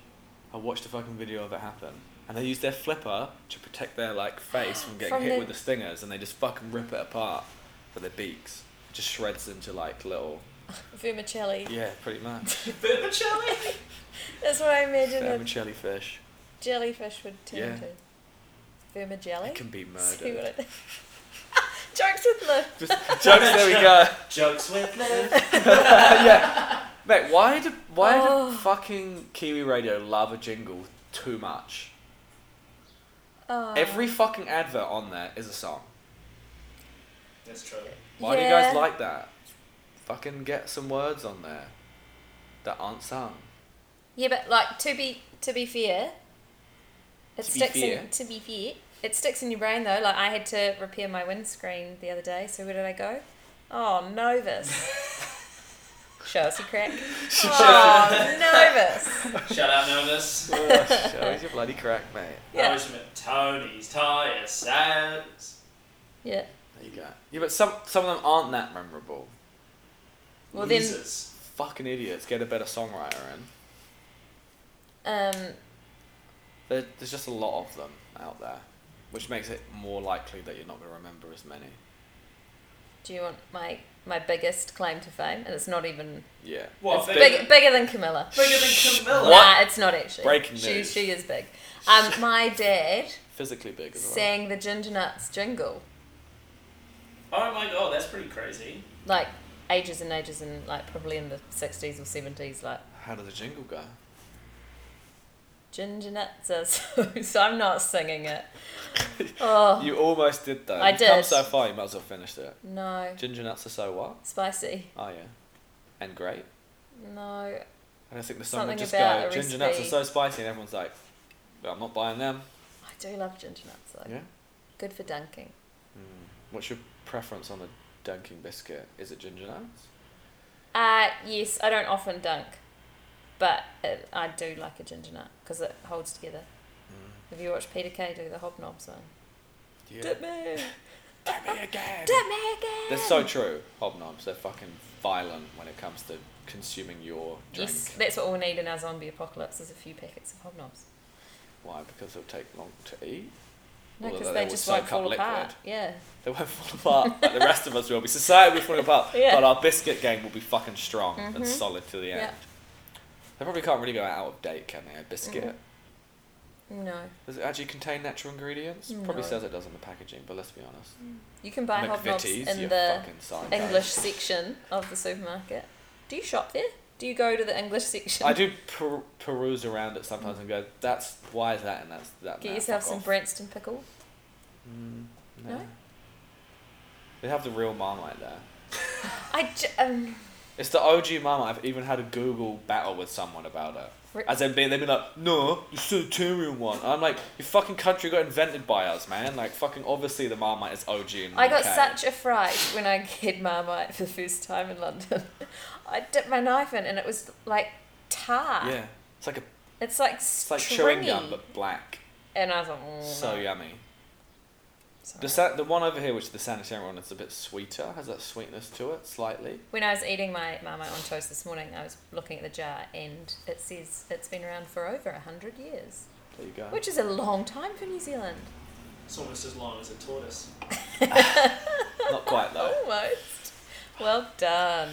[SPEAKER 2] I watched a fucking video of it happen. And they use their flipper to protect their like face from getting
[SPEAKER 3] From
[SPEAKER 2] hit
[SPEAKER 3] the-
[SPEAKER 2] with the stingers, and they just fucking rip it apart with their beaks. It just shreds into like little.
[SPEAKER 3] Vermicelli.
[SPEAKER 2] Yeah, pretty much.
[SPEAKER 4] Vermicelli?
[SPEAKER 3] That's what I imagine a
[SPEAKER 2] Vermicelli fish.
[SPEAKER 3] jellyfish would turn
[SPEAKER 2] Yeah.
[SPEAKER 3] to. Vermicelli?
[SPEAKER 2] It can be
[SPEAKER 3] <laughs> See what
[SPEAKER 2] murdered.
[SPEAKER 3] it Jokes with Liv.
[SPEAKER 2] Just <laughs> jokes. There we
[SPEAKER 3] <laughs>
[SPEAKER 2] go.
[SPEAKER 4] Jokes with Liv.
[SPEAKER 2] <laughs> yeah, mate. Why did why
[SPEAKER 3] Oh.
[SPEAKER 2] did fucking Kiwi Radio love a jingle too much?
[SPEAKER 3] Oh.
[SPEAKER 2] Every fucking advert on there is a song.
[SPEAKER 4] That's true.
[SPEAKER 2] Why do you guys
[SPEAKER 3] Yeah.
[SPEAKER 2] like that? Fucking get some words on there that aren't sung. <laughs>
[SPEAKER 3] Yeah, but like to be to be fair, it
[SPEAKER 2] To be
[SPEAKER 3] sticks
[SPEAKER 2] fair.
[SPEAKER 3] in to be fair. It sticks in your brain though. Like I had to repair my windscreen the other day, so where did I go? Oh,
[SPEAKER 2] <laughs>
[SPEAKER 3] Novus. Show us your crack. Oh, Novus.
[SPEAKER 4] Shout out, Novus.
[SPEAKER 2] Shows your bloody crack, mate.
[SPEAKER 4] Yeah.
[SPEAKER 3] Yeah.
[SPEAKER 4] Tony's tire sales.
[SPEAKER 3] Yeah.
[SPEAKER 2] There you go. Yeah, but some some of them aren't that memorable.
[SPEAKER 3] Well
[SPEAKER 4] Losers.
[SPEAKER 2] Fucking idiots. Get a better songwriter in.
[SPEAKER 3] then, um,
[SPEAKER 2] There, there's just a lot of them out there. Which makes it more likely that you're not going to remember as many.
[SPEAKER 3] Do you want my my biggest claim to fame? And it's not even
[SPEAKER 2] Yeah.
[SPEAKER 4] What,
[SPEAKER 2] It's
[SPEAKER 4] big-
[SPEAKER 2] big-
[SPEAKER 3] big, bigger than Camilla.
[SPEAKER 4] Bigger than Camilla.
[SPEAKER 3] Nah, it's not actually.
[SPEAKER 2] Breaking
[SPEAKER 3] she,
[SPEAKER 2] news.
[SPEAKER 3] she is big. Um, my dad
[SPEAKER 2] Physically big as well.
[SPEAKER 3] sang the Ginger Nuts jingle
[SPEAKER 4] Oh my god, that's pretty crazy.
[SPEAKER 3] like ages and ages and like probably in the sixties or seventies. Like
[SPEAKER 2] How did the jingle go?
[SPEAKER 3] Ginger Nuts are so. <laughs> So I'm not
[SPEAKER 2] <laughs>
[SPEAKER 3] singing it. Oh
[SPEAKER 2] You almost did though.
[SPEAKER 3] I
[SPEAKER 2] You've come
[SPEAKER 3] did.
[SPEAKER 2] so far, you might as well finish it.
[SPEAKER 3] no,
[SPEAKER 2] Ginger nuts are so what?
[SPEAKER 3] spicy.
[SPEAKER 2] Oh yeah. And great.
[SPEAKER 3] No,
[SPEAKER 2] And I think the song
[SPEAKER 3] Something
[SPEAKER 2] would just
[SPEAKER 3] about
[SPEAKER 2] go,
[SPEAKER 3] a
[SPEAKER 2] ginger nuts are
[SPEAKER 3] recipe.
[SPEAKER 2] so spicy, and everyone's like, well, I'm not buying them.
[SPEAKER 3] I do love Ginger Nuts though.
[SPEAKER 2] Yeah.
[SPEAKER 3] Good for dunking.
[SPEAKER 2] Hmm. What's your preference on a dunking biscuit? Is it ginger nuts?
[SPEAKER 3] Uh, yes, I don't often dunk, but it, I do like a ginger nut because it holds together.
[SPEAKER 2] Hmm.
[SPEAKER 3] Have you watched Peter Kay do the hobnobs one?
[SPEAKER 2] Yeah.
[SPEAKER 3] Dip me!
[SPEAKER 2] Dip me again.
[SPEAKER 3] Dip me again!
[SPEAKER 2] They're so true. Hobnobs. They're fucking violent when it comes to consuming your drink.
[SPEAKER 3] Yes, that's what we'll need in our zombie apocalypse is a few packets of hobnobs.
[SPEAKER 2] Why? Because they'll take long to eat.
[SPEAKER 3] No,
[SPEAKER 2] Although
[SPEAKER 3] because
[SPEAKER 2] they
[SPEAKER 3] they
[SPEAKER 2] will
[SPEAKER 3] just
[SPEAKER 2] soak
[SPEAKER 3] won't
[SPEAKER 2] up
[SPEAKER 3] fall
[SPEAKER 2] liquid.
[SPEAKER 3] apart. Yeah.
[SPEAKER 2] They won't <laughs> fall apart. like the rest of us will be. Society will be falling apart.
[SPEAKER 3] Yeah.
[SPEAKER 2] But our biscuit game will be fucking strong and
[SPEAKER 3] Mhm.
[SPEAKER 2] solid to the end.
[SPEAKER 3] Yeah.
[SPEAKER 2] They probably can't really go out of date, can they? A biscuit.
[SPEAKER 3] Mhm. No.
[SPEAKER 2] Does it actually contain natural ingredients? Probably
[SPEAKER 3] No.
[SPEAKER 2] says it does on the packaging, but let's be honest.
[SPEAKER 3] You can buy hobnobs
[SPEAKER 2] McVitie's,
[SPEAKER 3] in
[SPEAKER 2] you're
[SPEAKER 3] the
[SPEAKER 2] fucking psycho.
[SPEAKER 3] English section of the supermarket. Do you shop there? Do you go to the English <laughs> section?
[SPEAKER 2] I do per- peruse around it sometimes and go, that's why is that and that's that.
[SPEAKER 3] Get
[SPEAKER 2] nah,
[SPEAKER 3] yourself
[SPEAKER 2] fuck
[SPEAKER 3] some
[SPEAKER 2] off."
[SPEAKER 3] Branston pickle.
[SPEAKER 2] Mm,
[SPEAKER 3] No?
[SPEAKER 2] They have the real marmite there.
[SPEAKER 3] I j- um,
[SPEAKER 2] It's the OG marmite. I've even had a Google battle with someone about it.
[SPEAKER 3] Re-
[SPEAKER 2] As in, being, they've been like, no, the Centurion one. And I'm like, your fucking country got invented by us, man. Like, fucking obviously the Marmite is OG. In the
[SPEAKER 3] I got
[SPEAKER 2] UK.
[SPEAKER 3] such a fright when I <laughs> had Marmite for the first time in London. <laughs> I dipped my knife in and it was like tar.
[SPEAKER 2] Yeah. It's like a,
[SPEAKER 3] It's like
[SPEAKER 2] it's like chewing gum,
[SPEAKER 3] stringy.
[SPEAKER 2] but black.
[SPEAKER 3] And I was like, mm,
[SPEAKER 2] So
[SPEAKER 3] no.
[SPEAKER 2] yummy.
[SPEAKER 3] Sorry.
[SPEAKER 2] The, sa- the one over here, which is the sanitarium one, is a bit sweeter. Has that sweetness to it, slightly.
[SPEAKER 3] When I was eating my Marmite on toast this morning, I was looking at the jar and it says it's been around for over 100 years,
[SPEAKER 2] There you go.
[SPEAKER 3] which is a long time for New Zealand.
[SPEAKER 4] It's almost as long as a tortoise.
[SPEAKER 2] Not quite
[SPEAKER 3] <laughs>
[SPEAKER 2] though.
[SPEAKER 3] Almost. Well done.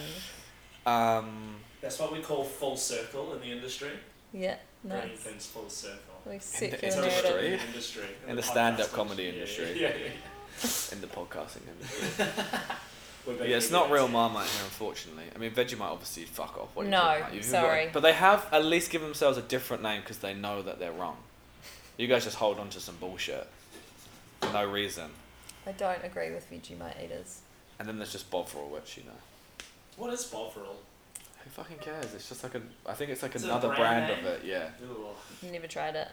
[SPEAKER 2] Um,
[SPEAKER 4] That's what we call full circle in the industry.
[SPEAKER 3] Yeah,
[SPEAKER 4] Bringing
[SPEAKER 3] nice.
[SPEAKER 4] things full circle.
[SPEAKER 3] We
[SPEAKER 2] In the
[SPEAKER 4] Sorry,
[SPEAKER 2] industry.
[SPEAKER 4] in the industry.
[SPEAKER 2] In the
[SPEAKER 4] podcast
[SPEAKER 2] stand-up comedy industry.
[SPEAKER 4] Yeah, yeah, yeah.
[SPEAKER 2] in the podcasting industry.
[SPEAKER 4] We're
[SPEAKER 2] yeah, it's
[SPEAKER 4] basically
[SPEAKER 2] not real
[SPEAKER 4] that's it.
[SPEAKER 2] Marmite here, unfortunately. I mean, Vegemite obviously fuck off. What are you
[SPEAKER 3] No,
[SPEAKER 2] talking about? You've got-
[SPEAKER 3] sorry.
[SPEAKER 2] But they have at least given themselves a different name because they know that they're wrong. You guys just hold on to some bullshit for no reason,
[SPEAKER 3] I don't agree with Vegemite eaters.
[SPEAKER 2] and then there's just Bovril, which you know.
[SPEAKER 4] What is Bovril?
[SPEAKER 2] Who fucking cares? It's just like a. I think it's like
[SPEAKER 4] It's a
[SPEAKER 2] another brand,
[SPEAKER 4] brand
[SPEAKER 2] of
[SPEAKER 4] name.
[SPEAKER 2] it. Yeah.
[SPEAKER 4] Ooh.
[SPEAKER 3] Never tried it.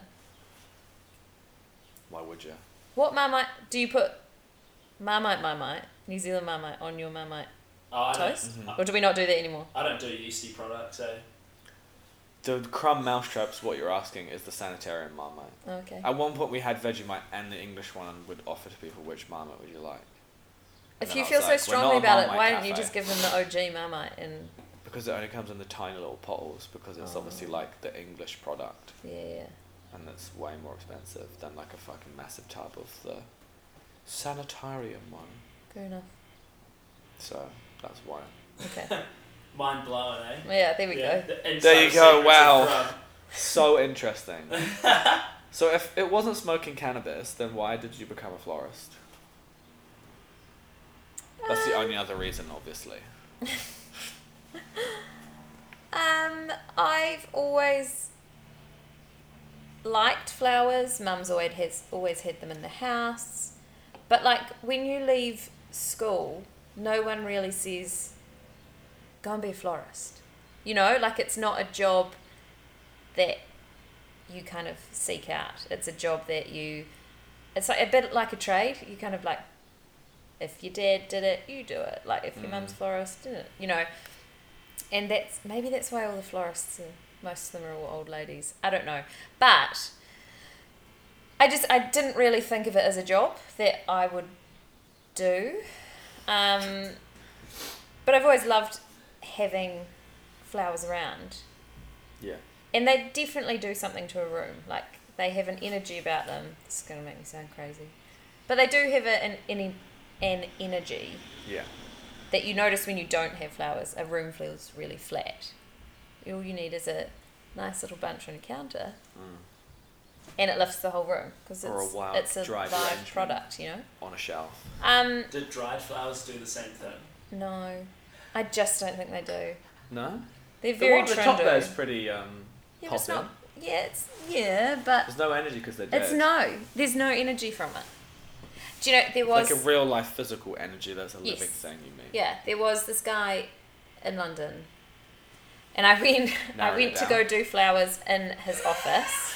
[SPEAKER 2] Why would you?
[SPEAKER 3] What Marmite do you put? Marmite, Marmite, New Zealand Marmite on your Marmite
[SPEAKER 4] Oh, I, don't,
[SPEAKER 3] toast?
[SPEAKER 4] Mhm.
[SPEAKER 3] Or do we not do that anymore?
[SPEAKER 4] I don't do yeasty products, eh?
[SPEAKER 2] The crumb mousetraps. What you're asking is the sanitarium Marmite.
[SPEAKER 3] Okay.
[SPEAKER 2] At one point, we had Vegemite and the English one, and would offer to people which Marmite would you like.
[SPEAKER 3] If
[SPEAKER 2] then I
[SPEAKER 3] you
[SPEAKER 2] was
[SPEAKER 3] feel so
[SPEAKER 2] like, "We're not
[SPEAKER 3] strongly
[SPEAKER 2] a
[SPEAKER 3] about it,
[SPEAKER 2] Marmite
[SPEAKER 3] why don't you
[SPEAKER 2] cafe."
[SPEAKER 3] just give them the OG Marmite and
[SPEAKER 2] Because it only comes in the tiny little bottles, because it's
[SPEAKER 3] Oh.
[SPEAKER 2] obviously like the English product,
[SPEAKER 3] yeah, yeah.
[SPEAKER 2] and it's way more expensive than like a fucking massive tub of the sanitarium one.
[SPEAKER 3] Fair enough.
[SPEAKER 2] So that's why.
[SPEAKER 3] Okay.
[SPEAKER 4] Mind blowing, eh?
[SPEAKER 3] yeah, there we
[SPEAKER 4] Yeah,
[SPEAKER 3] go.
[SPEAKER 4] the inside
[SPEAKER 2] There you go,
[SPEAKER 4] secrets of
[SPEAKER 2] wow.
[SPEAKER 4] grub.
[SPEAKER 2] <laughs> So interesting. so if it wasn't smoking cannabis, then why did you become a florist? That's the only other reason, obviously.
[SPEAKER 3] Um, I've always liked flowers. Mum's always has always had them in the house, but like when you leave school, no one really says, "Go and be a florist." You know, like it's not a job that you kind of seek out. It's a job that you. It's like a bit like a trade. You kind of like, if your dad did it, you do it. Like if your
[SPEAKER 2] Mm.
[SPEAKER 3] mum's florist did it, you know. And that's maybe that's why all the florists, are, most of them are all old ladies. I don't know, but I just I didn't really think of it as a job that I would do. Um, but I've always loved having flowers around
[SPEAKER 2] Yeah.
[SPEAKER 3] and they definitely do something to a room like They have an energy about them. This is going to make me sound crazy. But they do have a, an, an, an energy
[SPEAKER 2] Yeah.
[SPEAKER 3] that you notice when you don't have flowers. A room feels really flat. All you need is a nice little bunch on a counter. And it lifts the whole room because
[SPEAKER 2] Hmm. Or a
[SPEAKER 3] it's,
[SPEAKER 2] wild,
[SPEAKER 3] it's a
[SPEAKER 2] dry
[SPEAKER 3] live
[SPEAKER 2] arrangement.
[SPEAKER 3] product, you know?
[SPEAKER 2] On a shelf.
[SPEAKER 3] Um,
[SPEAKER 4] Did dried flowers do the same thing?
[SPEAKER 3] no. I just don't think they do.
[SPEAKER 2] No. the
[SPEAKER 3] They're
[SPEAKER 2] one
[SPEAKER 3] very
[SPEAKER 2] at the top there is
[SPEAKER 3] trendy.
[SPEAKER 2] pretty. Um,
[SPEAKER 3] Yeah, but it's
[SPEAKER 2] popular.
[SPEAKER 3] not. Yeah, it's yeah, but
[SPEAKER 2] There's no energy because they're dead.
[SPEAKER 3] it's no. There's no energy from it. Do you know there was?
[SPEAKER 2] like a real life physical energy. That's a living
[SPEAKER 3] Yes.
[SPEAKER 2] thing. You mean?
[SPEAKER 3] yeah, there was this guy in London, and I went.
[SPEAKER 2] Narrow
[SPEAKER 3] I
[SPEAKER 2] it
[SPEAKER 3] went to
[SPEAKER 2] down.
[SPEAKER 3] go do flowers in his office.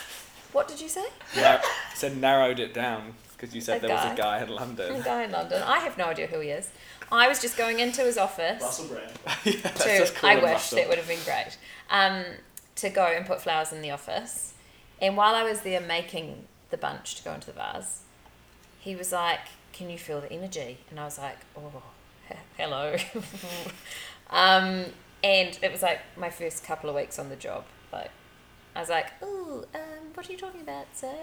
[SPEAKER 3] What did you
[SPEAKER 2] <laughs>
[SPEAKER 3] say?
[SPEAKER 2] Nar- so narrowed it down because you said
[SPEAKER 3] A
[SPEAKER 2] there was
[SPEAKER 3] guy.
[SPEAKER 2] a guy in
[SPEAKER 3] A
[SPEAKER 2] London.
[SPEAKER 3] <laughs>
[SPEAKER 2] <laughs>
[SPEAKER 3] guy in London. I have no idea who he is. I was just going into his office.
[SPEAKER 4] Russell Brand.
[SPEAKER 2] yeah, that's
[SPEAKER 3] to-
[SPEAKER 2] just cool
[SPEAKER 3] I
[SPEAKER 2] and
[SPEAKER 3] wish
[SPEAKER 2] Russell.
[SPEAKER 3] that would have been great. Um, to go and put flowers in the office, and while I was there making the bunch to go into the vase, he was like, "Can you feel the energy?" And I was like, "Oh, <laughs> he- hello." <laughs> um, and it was like my first couple of weeks on the job. Like, I was like, "Ooh, um, what are you talking about, sir?"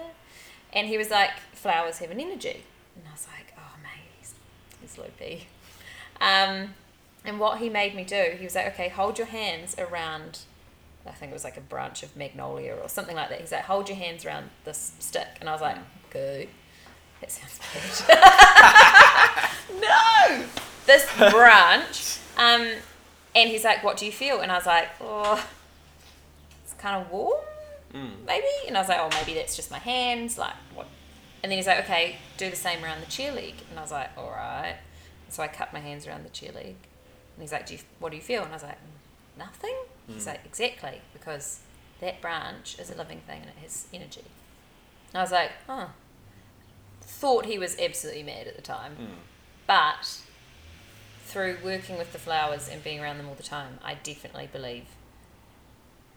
[SPEAKER 3] And he was like, "Flowers have an energy," and I was like, "Oh, mate, he's, he's loopy." Um, and what he made me do, he was like, okay, hold your hands around, I think it was like a branch of magnolia or something like that. He's like, hold your hands around this stick. And I was like, okay, that sounds bad. no! <laughs> This branch. Um, and he's like, what do you feel? And I was like, oh, it's kind of warm, maybe? And I was like, oh, maybe that's just my hands. Like, what? And then he's like, okay, do the same around the cheer leg. And I was like, all right. So I cut my hands around the cheer leg. And he's like, do you, what do you feel? And I was like, "Mm, nothing. He's like, exactly, because that branch is a living thing and it has energy. And I was like, huh. Thought he was absolutely mad at the time.
[SPEAKER 2] Hmm.
[SPEAKER 3] But through working with the flowers and being around them all the time, I definitely believe,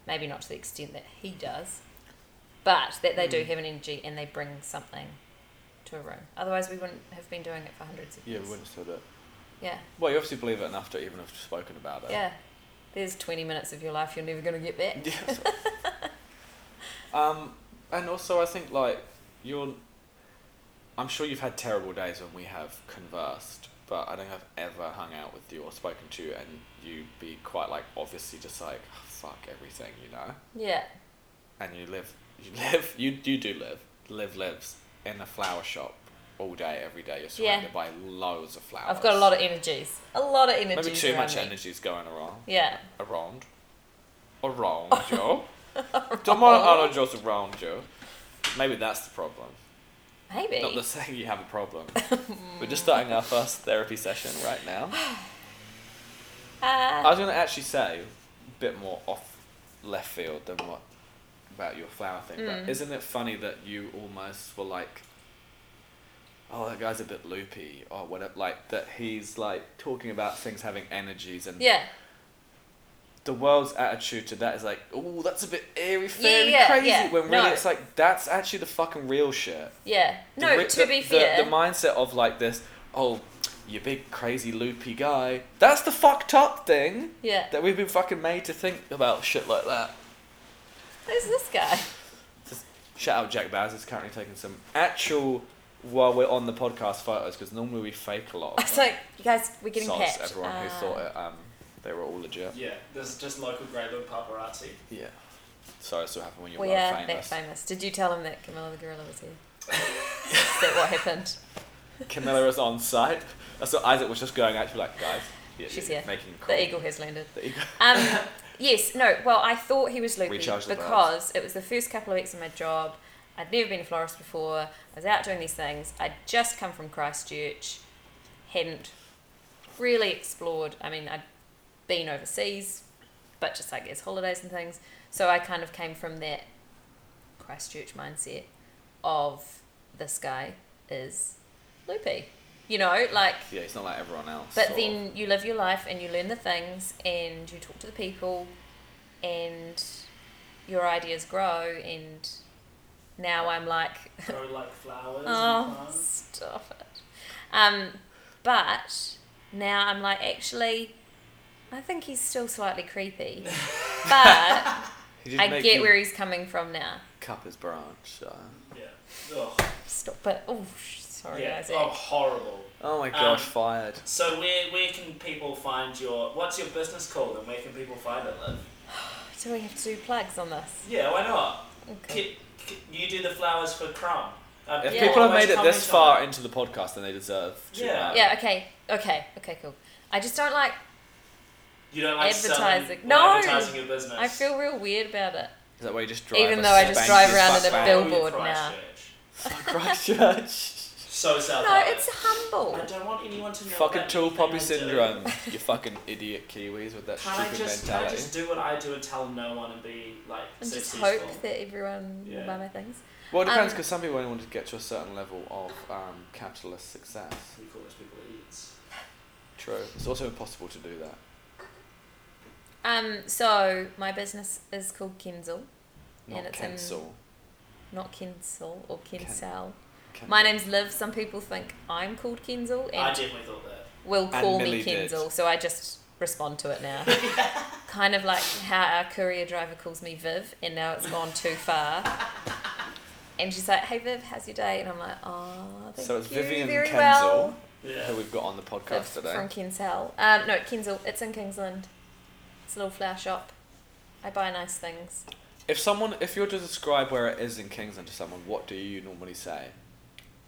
[SPEAKER 3] maybe not to the extent that he does, but that they do
[SPEAKER 2] Hmm.
[SPEAKER 3] have an energy and they bring something to a room. Otherwise, we wouldn't have been doing it for hundreds of
[SPEAKER 2] Yeah,
[SPEAKER 3] years.
[SPEAKER 2] we wouldn't have said it.
[SPEAKER 3] Yeah,
[SPEAKER 2] Well, you obviously believe it enough to even have spoken about it. <laughs>
[SPEAKER 3] yeah. There's 20 minutes of your life you're never going to get back.
[SPEAKER 2] Yes. um, and also, I think like you're. I'm sure you've had terrible days when we have conversed, but I don't think I've ever hung out with you or spoken to you, and you be quite like obviously just like "Oh, fuck everything, you know.
[SPEAKER 3] Yeah,
[SPEAKER 2] And you live, you live, you you do live, live lives in a flower shop all day, every day. You're
[SPEAKER 3] Yeah.
[SPEAKER 2] surrounded by loads of flowers.
[SPEAKER 3] I've got a lot of energies. A lot of energies.
[SPEAKER 2] maybe too
[SPEAKER 3] around
[SPEAKER 2] much
[SPEAKER 3] me.
[SPEAKER 2] energy's going around
[SPEAKER 3] Yeah. <laughs>
[SPEAKER 2] around. Around you. Don't want other girls around you. Maybe that's the problem.
[SPEAKER 3] Maybe.
[SPEAKER 2] Not the saying you have a
[SPEAKER 3] <laughs>
[SPEAKER 2] problem. We're just starting our first therapy session right now. I
[SPEAKER 3] uh,
[SPEAKER 2] was going to actually say a bit more off left field than what about your flower thing,
[SPEAKER 3] Mm.
[SPEAKER 2] but isn't it funny that you almost were like, oh, that guy's a bit loopy or whatever, like that he's like talking about things having energies and
[SPEAKER 3] yeah.
[SPEAKER 2] the world's attitude to that is like, oh, that's a bit airy, fairy,
[SPEAKER 3] yeah,
[SPEAKER 2] crazy.
[SPEAKER 3] yeah.
[SPEAKER 2] When really
[SPEAKER 3] No.
[SPEAKER 2] it's like, that's actually the fucking real shit.
[SPEAKER 3] Yeah.
[SPEAKER 2] The
[SPEAKER 3] No,
[SPEAKER 2] re-
[SPEAKER 3] to
[SPEAKER 2] the-
[SPEAKER 3] be
[SPEAKER 2] the-
[SPEAKER 3] fair.
[SPEAKER 2] The, mindset of like this, oh, you big, crazy, loopy guy. That's the fucked up thing
[SPEAKER 3] yeah.
[SPEAKER 2] that we've been fucking made to think about shit like that.
[SPEAKER 3] Who's this guy?
[SPEAKER 2] Shout out Jack Bowers is currently taking some actual while we're on the podcast photos because normally we fake a lot
[SPEAKER 3] <laughs>
[SPEAKER 2] of
[SPEAKER 3] I was like, you guys, we're
[SPEAKER 2] them.
[SPEAKER 3] getting
[SPEAKER 2] Sods,
[SPEAKER 3] catch.
[SPEAKER 2] everyone who
[SPEAKER 3] Ah.
[SPEAKER 2] thought it, um, they were all legit.
[SPEAKER 4] Yeah, this is just local grey little paparazzi.
[SPEAKER 2] Yeah. Sorry, that's what happened when you're
[SPEAKER 3] Well,
[SPEAKER 2] world
[SPEAKER 3] yeah,
[SPEAKER 2] famous.
[SPEAKER 3] that's famous. Did you tell him that Camilla the gorilla
[SPEAKER 2] <laughs>
[SPEAKER 3] was here? Is that what happened? <laughs>
[SPEAKER 2] Camilla is on site. That's what Isaac was just going actually like, guys. Yeah,
[SPEAKER 3] She's
[SPEAKER 2] yeah,
[SPEAKER 3] here.
[SPEAKER 2] Making a call.
[SPEAKER 3] The eagle has landed.
[SPEAKER 2] The eagle. <laughs>
[SPEAKER 3] Um, yes, no. Well, I thought he was loopy
[SPEAKER 2] Recharge the vibes.
[SPEAKER 3] because it was the first couple of weeks of my job. I'd never been a florist before. I was out doing these things. I'd just come from Christchurch, hadn't really explored. I mean, I'd been overseas, but just like as holidays and things. So I kind of came from that Christchurch mindset of this guy is loopy. You know, like
[SPEAKER 2] Yeah, it's not like everyone else.
[SPEAKER 3] but
[SPEAKER 2] or-
[SPEAKER 3] then you live your life and you learn the things and you talk to the people and your ideas grow and now I'm like,
[SPEAKER 4] Grow like flowers and
[SPEAKER 3] oh,
[SPEAKER 4] plants.
[SPEAKER 3] stop it. Um, but now I'm like, actually, I think he's still slightly creepy. But
[SPEAKER 2] He did
[SPEAKER 3] I
[SPEAKER 2] make
[SPEAKER 3] get
[SPEAKER 2] you
[SPEAKER 3] where he's coming from now.
[SPEAKER 2] cup his branch. Uh,
[SPEAKER 4] Yeah. Ugh.
[SPEAKER 3] Stop it. Oh, sh- sorry,
[SPEAKER 4] yeah.
[SPEAKER 3] Isaac.
[SPEAKER 4] Oh, horrible.
[SPEAKER 2] oh my gosh,
[SPEAKER 4] Um,
[SPEAKER 2] fired.
[SPEAKER 4] So where where can people find your what's your business called and where can people find it, Liv?
[SPEAKER 3] Do we have to do plugs on this?
[SPEAKER 4] Yeah, why not?
[SPEAKER 3] Okay.
[SPEAKER 4] Ki- ki- you do the flowers for Chrome. Uh,
[SPEAKER 2] If
[SPEAKER 3] Yeah.
[SPEAKER 2] people have
[SPEAKER 4] always
[SPEAKER 2] made it
[SPEAKER 4] comment
[SPEAKER 2] this
[SPEAKER 4] on
[SPEAKER 2] far
[SPEAKER 4] it.
[SPEAKER 2] into the podcast, then they deserve. To,
[SPEAKER 4] Yeah.
[SPEAKER 2] know.
[SPEAKER 3] Yeah, okay. Okay, okay, cool. I just don't like,
[SPEAKER 4] you don't like selling-
[SPEAKER 3] Advertising.
[SPEAKER 4] or
[SPEAKER 3] No!
[SPEAKER 4] advertising your business.
[SPEAKER 3] I feel real weird about it.
[SPEAKER 2] Is that where you just drive?
[SPEAKER 3] Even
[SPEAKER 2] a
[SPEAKER 3] though I just
[SPEAKER 2] spanky
[SPEAKER 3] drive around in a
[SPEAKER 2] bus van?
[SPEAKER 4] <laughs> Fail you,
[SPEAKER 3] billboard now.
[SPEAKER 4] Christchurch.
[SPEAKER 2] Christchurch.
[SPEAKER 4] So self.
[SPEAKER 3] No, it's
[SPEAKER 4] I
[SPEAKER 3] humble.
[SPEAKER 4] don't want anyone to know.
[SPEAKER 2] <laughs> fucking
[SPEAKER 4] about
[SPEAKER 2] tool
[SPEAKER 4] anything I
[SPEAKER 2] poppy
[SPEAKER 4] do.
[SPEAKER 2] syndrome. you fucking idiot Kiwis with that
[SPEAKER 4] Can I
[SPEAKER 2] stupid
[SPEAKER 4] just can I
[SPEAKER 2] mentality.
[SPEAKER 4] just do what I do and tell no one and be like
[SPEAKER 3] And just
[SPEAKER 4] successful?
[SPEAKER 3] hope that everyone will
[SPEAKER 4] Yeah.
[SPEAKER 3] buy my things.
[SPEAKER 2] Well, it depends
[SPEAKER 3] Um,
[SPEAKER 2] because some people only want to get to a certain level of um, capitalist success.
[SPEAKER 4] We call those people idiots.
[SPEAKER 2] True. It's also impossible to do that.
[SPEAKER 3] Um, so my business is called Kenzel,
[SPEAKER 2] Not
[SPEAKER 3] and it's
[SPEAKER 2] cancel.
[SPEAKER 3] in not Kensal or Kensal.
[SPEAKER 2] Ken-
[SPEAKER 3] My name's Liv. Some people think I'm called Kenzel
[SPEAKER 4] I
[SPEAKER 3] and
[SPEAKER 4] definitely thought that.
[SPEAKER 3] will call me
[SPEAKER 2] Millie did.
[SPEAKER 3] Kenzel, so I just respond to it now. kind of like how our courier driver calls me Viv, and now it's gone too far. And she's like, "Hey Viv, how's your day?" And I'm like, "Oh, thank
[SPEAKER 2] So it's
[SPEAKER 3] you
[SPEAKER 2] Vivian
[SPEAKER 3] very
[SPEAKER 2] Kenzel,
[SPEAKER 3] well."
[SPEAKER 4] Yeah.
[SPEAKER 2] who we've got on the podcast
[SPEAKER 3] That's
[SPEAKER 2] today.
[SPEAKER 3] From Kinsale. Um, no, Kinsale. It's in Kingsland. It's a little flower shop. I buy nice things.
[SPEAKER 2] If someone, if you were to describe where it is in Kingsland to someone, what do you normally say?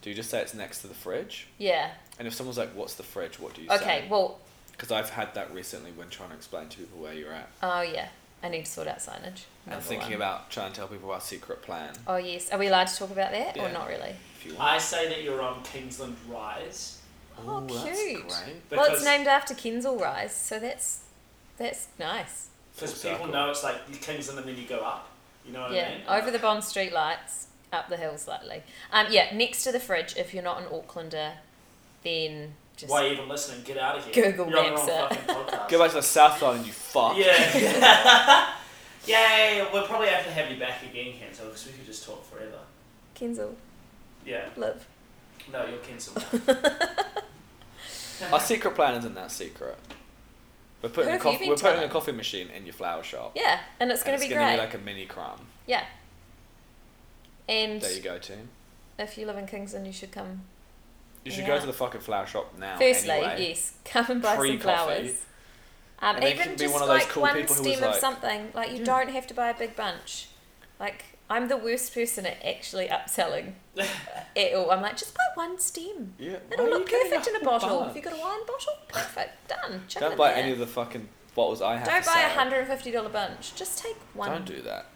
[SPEAKER 2] Do you just say it's next to the fridge?
[SPEAKER 3] Yeah.
[SPEAKER 2] And if someone's like, "What's the fridge?" What do you
[SPEAKER 3] Okay.
[SPEAKER 2] say?
[SPEAKER 3] Well.
[SPEAKER 2] Because I've had that recently when trying to explain to people where you're at.
[SPEAKER 3] Oh yeah. I need to sort out signage.
[SPEAKER 2] and
[SPEAKER 3] number
[SPEAKER 2] thinking
[SPEAKER 3] one.
[SPEAKER 2] about trying to tell people our secret plan.
[SPEAKER 3] Oh yes. Are we allowed to talk about that or
[SPEAKER 2] Yeah.
[SPEAKER 3] not really?
[SPEAKER 2] If you want.
[SPEAKER 4] I say that you're on Kingsland Rise.
[SPEAKER 3] Oh,
[SPEAKER 2] Ooh, that's
[SPEAKER 3] cute.
[SPEAKER 2] great.
[SPEAKER 3] well, it's
[SPEAKER 4] because-
[SPEAKER 3] named after Kinsale Rise, so that's that's nice.
[SPEAKER 4] Because
[SPEAKER 2] Full
[SPEAKER 4] people
[SPEAKER 2] circle.
[SPEAKER 4] know it's like you Kingsland and then you go up. You
[SPEAKER 2] Oh,
[SPEAKER 4] know what I
[SPEAKER 3] yeah.
[SPEAKER 4] mean?
[SPEAKER 3] Over the Bond Street lights, up the hill slightly. Um. Yeah. Next to the fridge. If you're not an Aucklander, then just
[SPEAKER 4] Why are you even listening? Get out of here.
[SPEAKER 3] Google
[SPEAKER 4] You're on the
[SPEAKER 3] Maps
[SPEAKER 4] wrong
[SPEAKER 3] it.
[SPEAKER 4] fucking podcast.
[SPEAKER 2] Go back to the South Island, you fuck.
[SPEAKER 3] <laughs>
[SPEAKER 4] Yeah. <laughs> Yay! We'll probably have to have you back again, Kenzo, because we could just talk forever.
[SPEAKER 3] Kinsale
[SPEAKER 4] Yeah.
[SPEAKER 3] live.
[SPEAKER 4] No, you're Kenzo.
[SPEAKER 2] Our secret plan isn't that secret. We're putting,
[SPEAKER 3] Who
[SPEAKER 2] a,
[SPEAKER 3] have you
[SPEAKER 2] coffee,
[SPEAKER 3] been
[SPEAKER 2] we're putting a
[SPEAKER 3] telling?
[SPEAKER 2] coffee machine in your flower shop.
[SPEAKER 3] Yeah, and it's
[SPEAKER 2] And
[SPEAKER 3] going to
[SPEAKER 2] it's
[SPEAKER 3] be
[SPEAKER 2] gonna
[SPEAKER 3] great.
[SPEAKER 2] be like a mini crumb.
[SPEAKER 3] yeah. And
[SPEAKER 2] There you go, team.
[SPEAKER 3] if you live in Kingsland, you should come.
[SPEAKER 2] You should
[SPEAKER 3] Yeah.
[SPEAKER 2] go to the fucking flower shop now.
[SPEAKER 3] Firstly,
[SPEAKER 2] anyway.
[SPEAKER 3] yes, <laughs> come and buy
[SPEAKER 2] Free
[SPEAKER 3] some flowers.
[SPEAKER 2] coffee.
[SPEAKER 3] Um,
[SPEAKER 2] And they
[SPEAKER 3] even
[SPEAKER 2] can be
[SPEAKER 3] just
[SPEAKER 2] one of those
[SPEAKER 3] like
[SPEAKER 2] cool
[SPEAKER 3] one
[SPEAKER 2] people who was
[SPEAKER 3] stem of
[SPEAKER 2] like-
[SPEAKER 3] something. Like you don't have to buy a big bunch. Like I'm the worst person at
[SPEAKER 2] <laughs>
[SPEAKER 3] actually upselling at all. I'm like, just buy one stem.
[SPEAKER 2] Yeah. why
[SPEAKER 3] It'll
[SPEAKER 2] are you
[SPEAKER 3] look
[SPEAKER 2] getting
[SPEAKER 3] perfect in a
[SPEAKER 2] whole
[SPEAKER 3] bottle.
[SPEAKER 2] bunch?
[SPEAKER 3] If you've got a wine bottle, perfect, done. Chuck it
[SPEAKER 2] Don't
[SPEAKER 3] in
[SPEAKER 2] buy
[SPEAKER 3] there.
[SPEAKER 2] any of the fucking bottles I have.
[SPEAKER 3] Don't
[SPEAKER 2] for
[SPEAKER 3] buy a
[SPEAKER 2] sale.
[SPEAKER 3] hundred and fifty dollar bunch. Just take one.
[SPEAKER 2] Don't do that.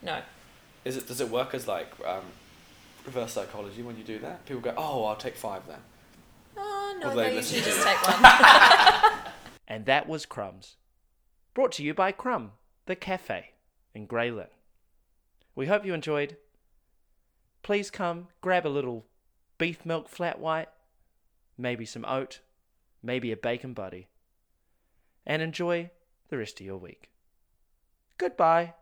[SPEAKER 3] No.
[SPEAKER 2] Is it? Does it work as like um, reverse psychology when you do that? People go, "Oh, I'll take five then."
[SPEAKER 3] Oh no,
[SPEAKER 2] Well,
[SPEAKER 3] no,
[SPEAKER 2] they
[SPEAKER 3] you
[SPEAKER 2] listen
[SPEAKER 3] should
[SPEAKER 2] to
[SPEAKER 3] just
[SPEAKER 2] you.
[SPEAKER 3] take
[SPEAKER 2] <laughs>
[SPEAKER 3] one.
[SPEAKER 1] And that was Crumbs. Brought to you by Crumb, the cafe in Greyland. We hope you enjoyed. Please come grab a little beef milk flat white, maybe some oat, maybe a bacon buddy, and enjoy the rest of your week. Goodbye.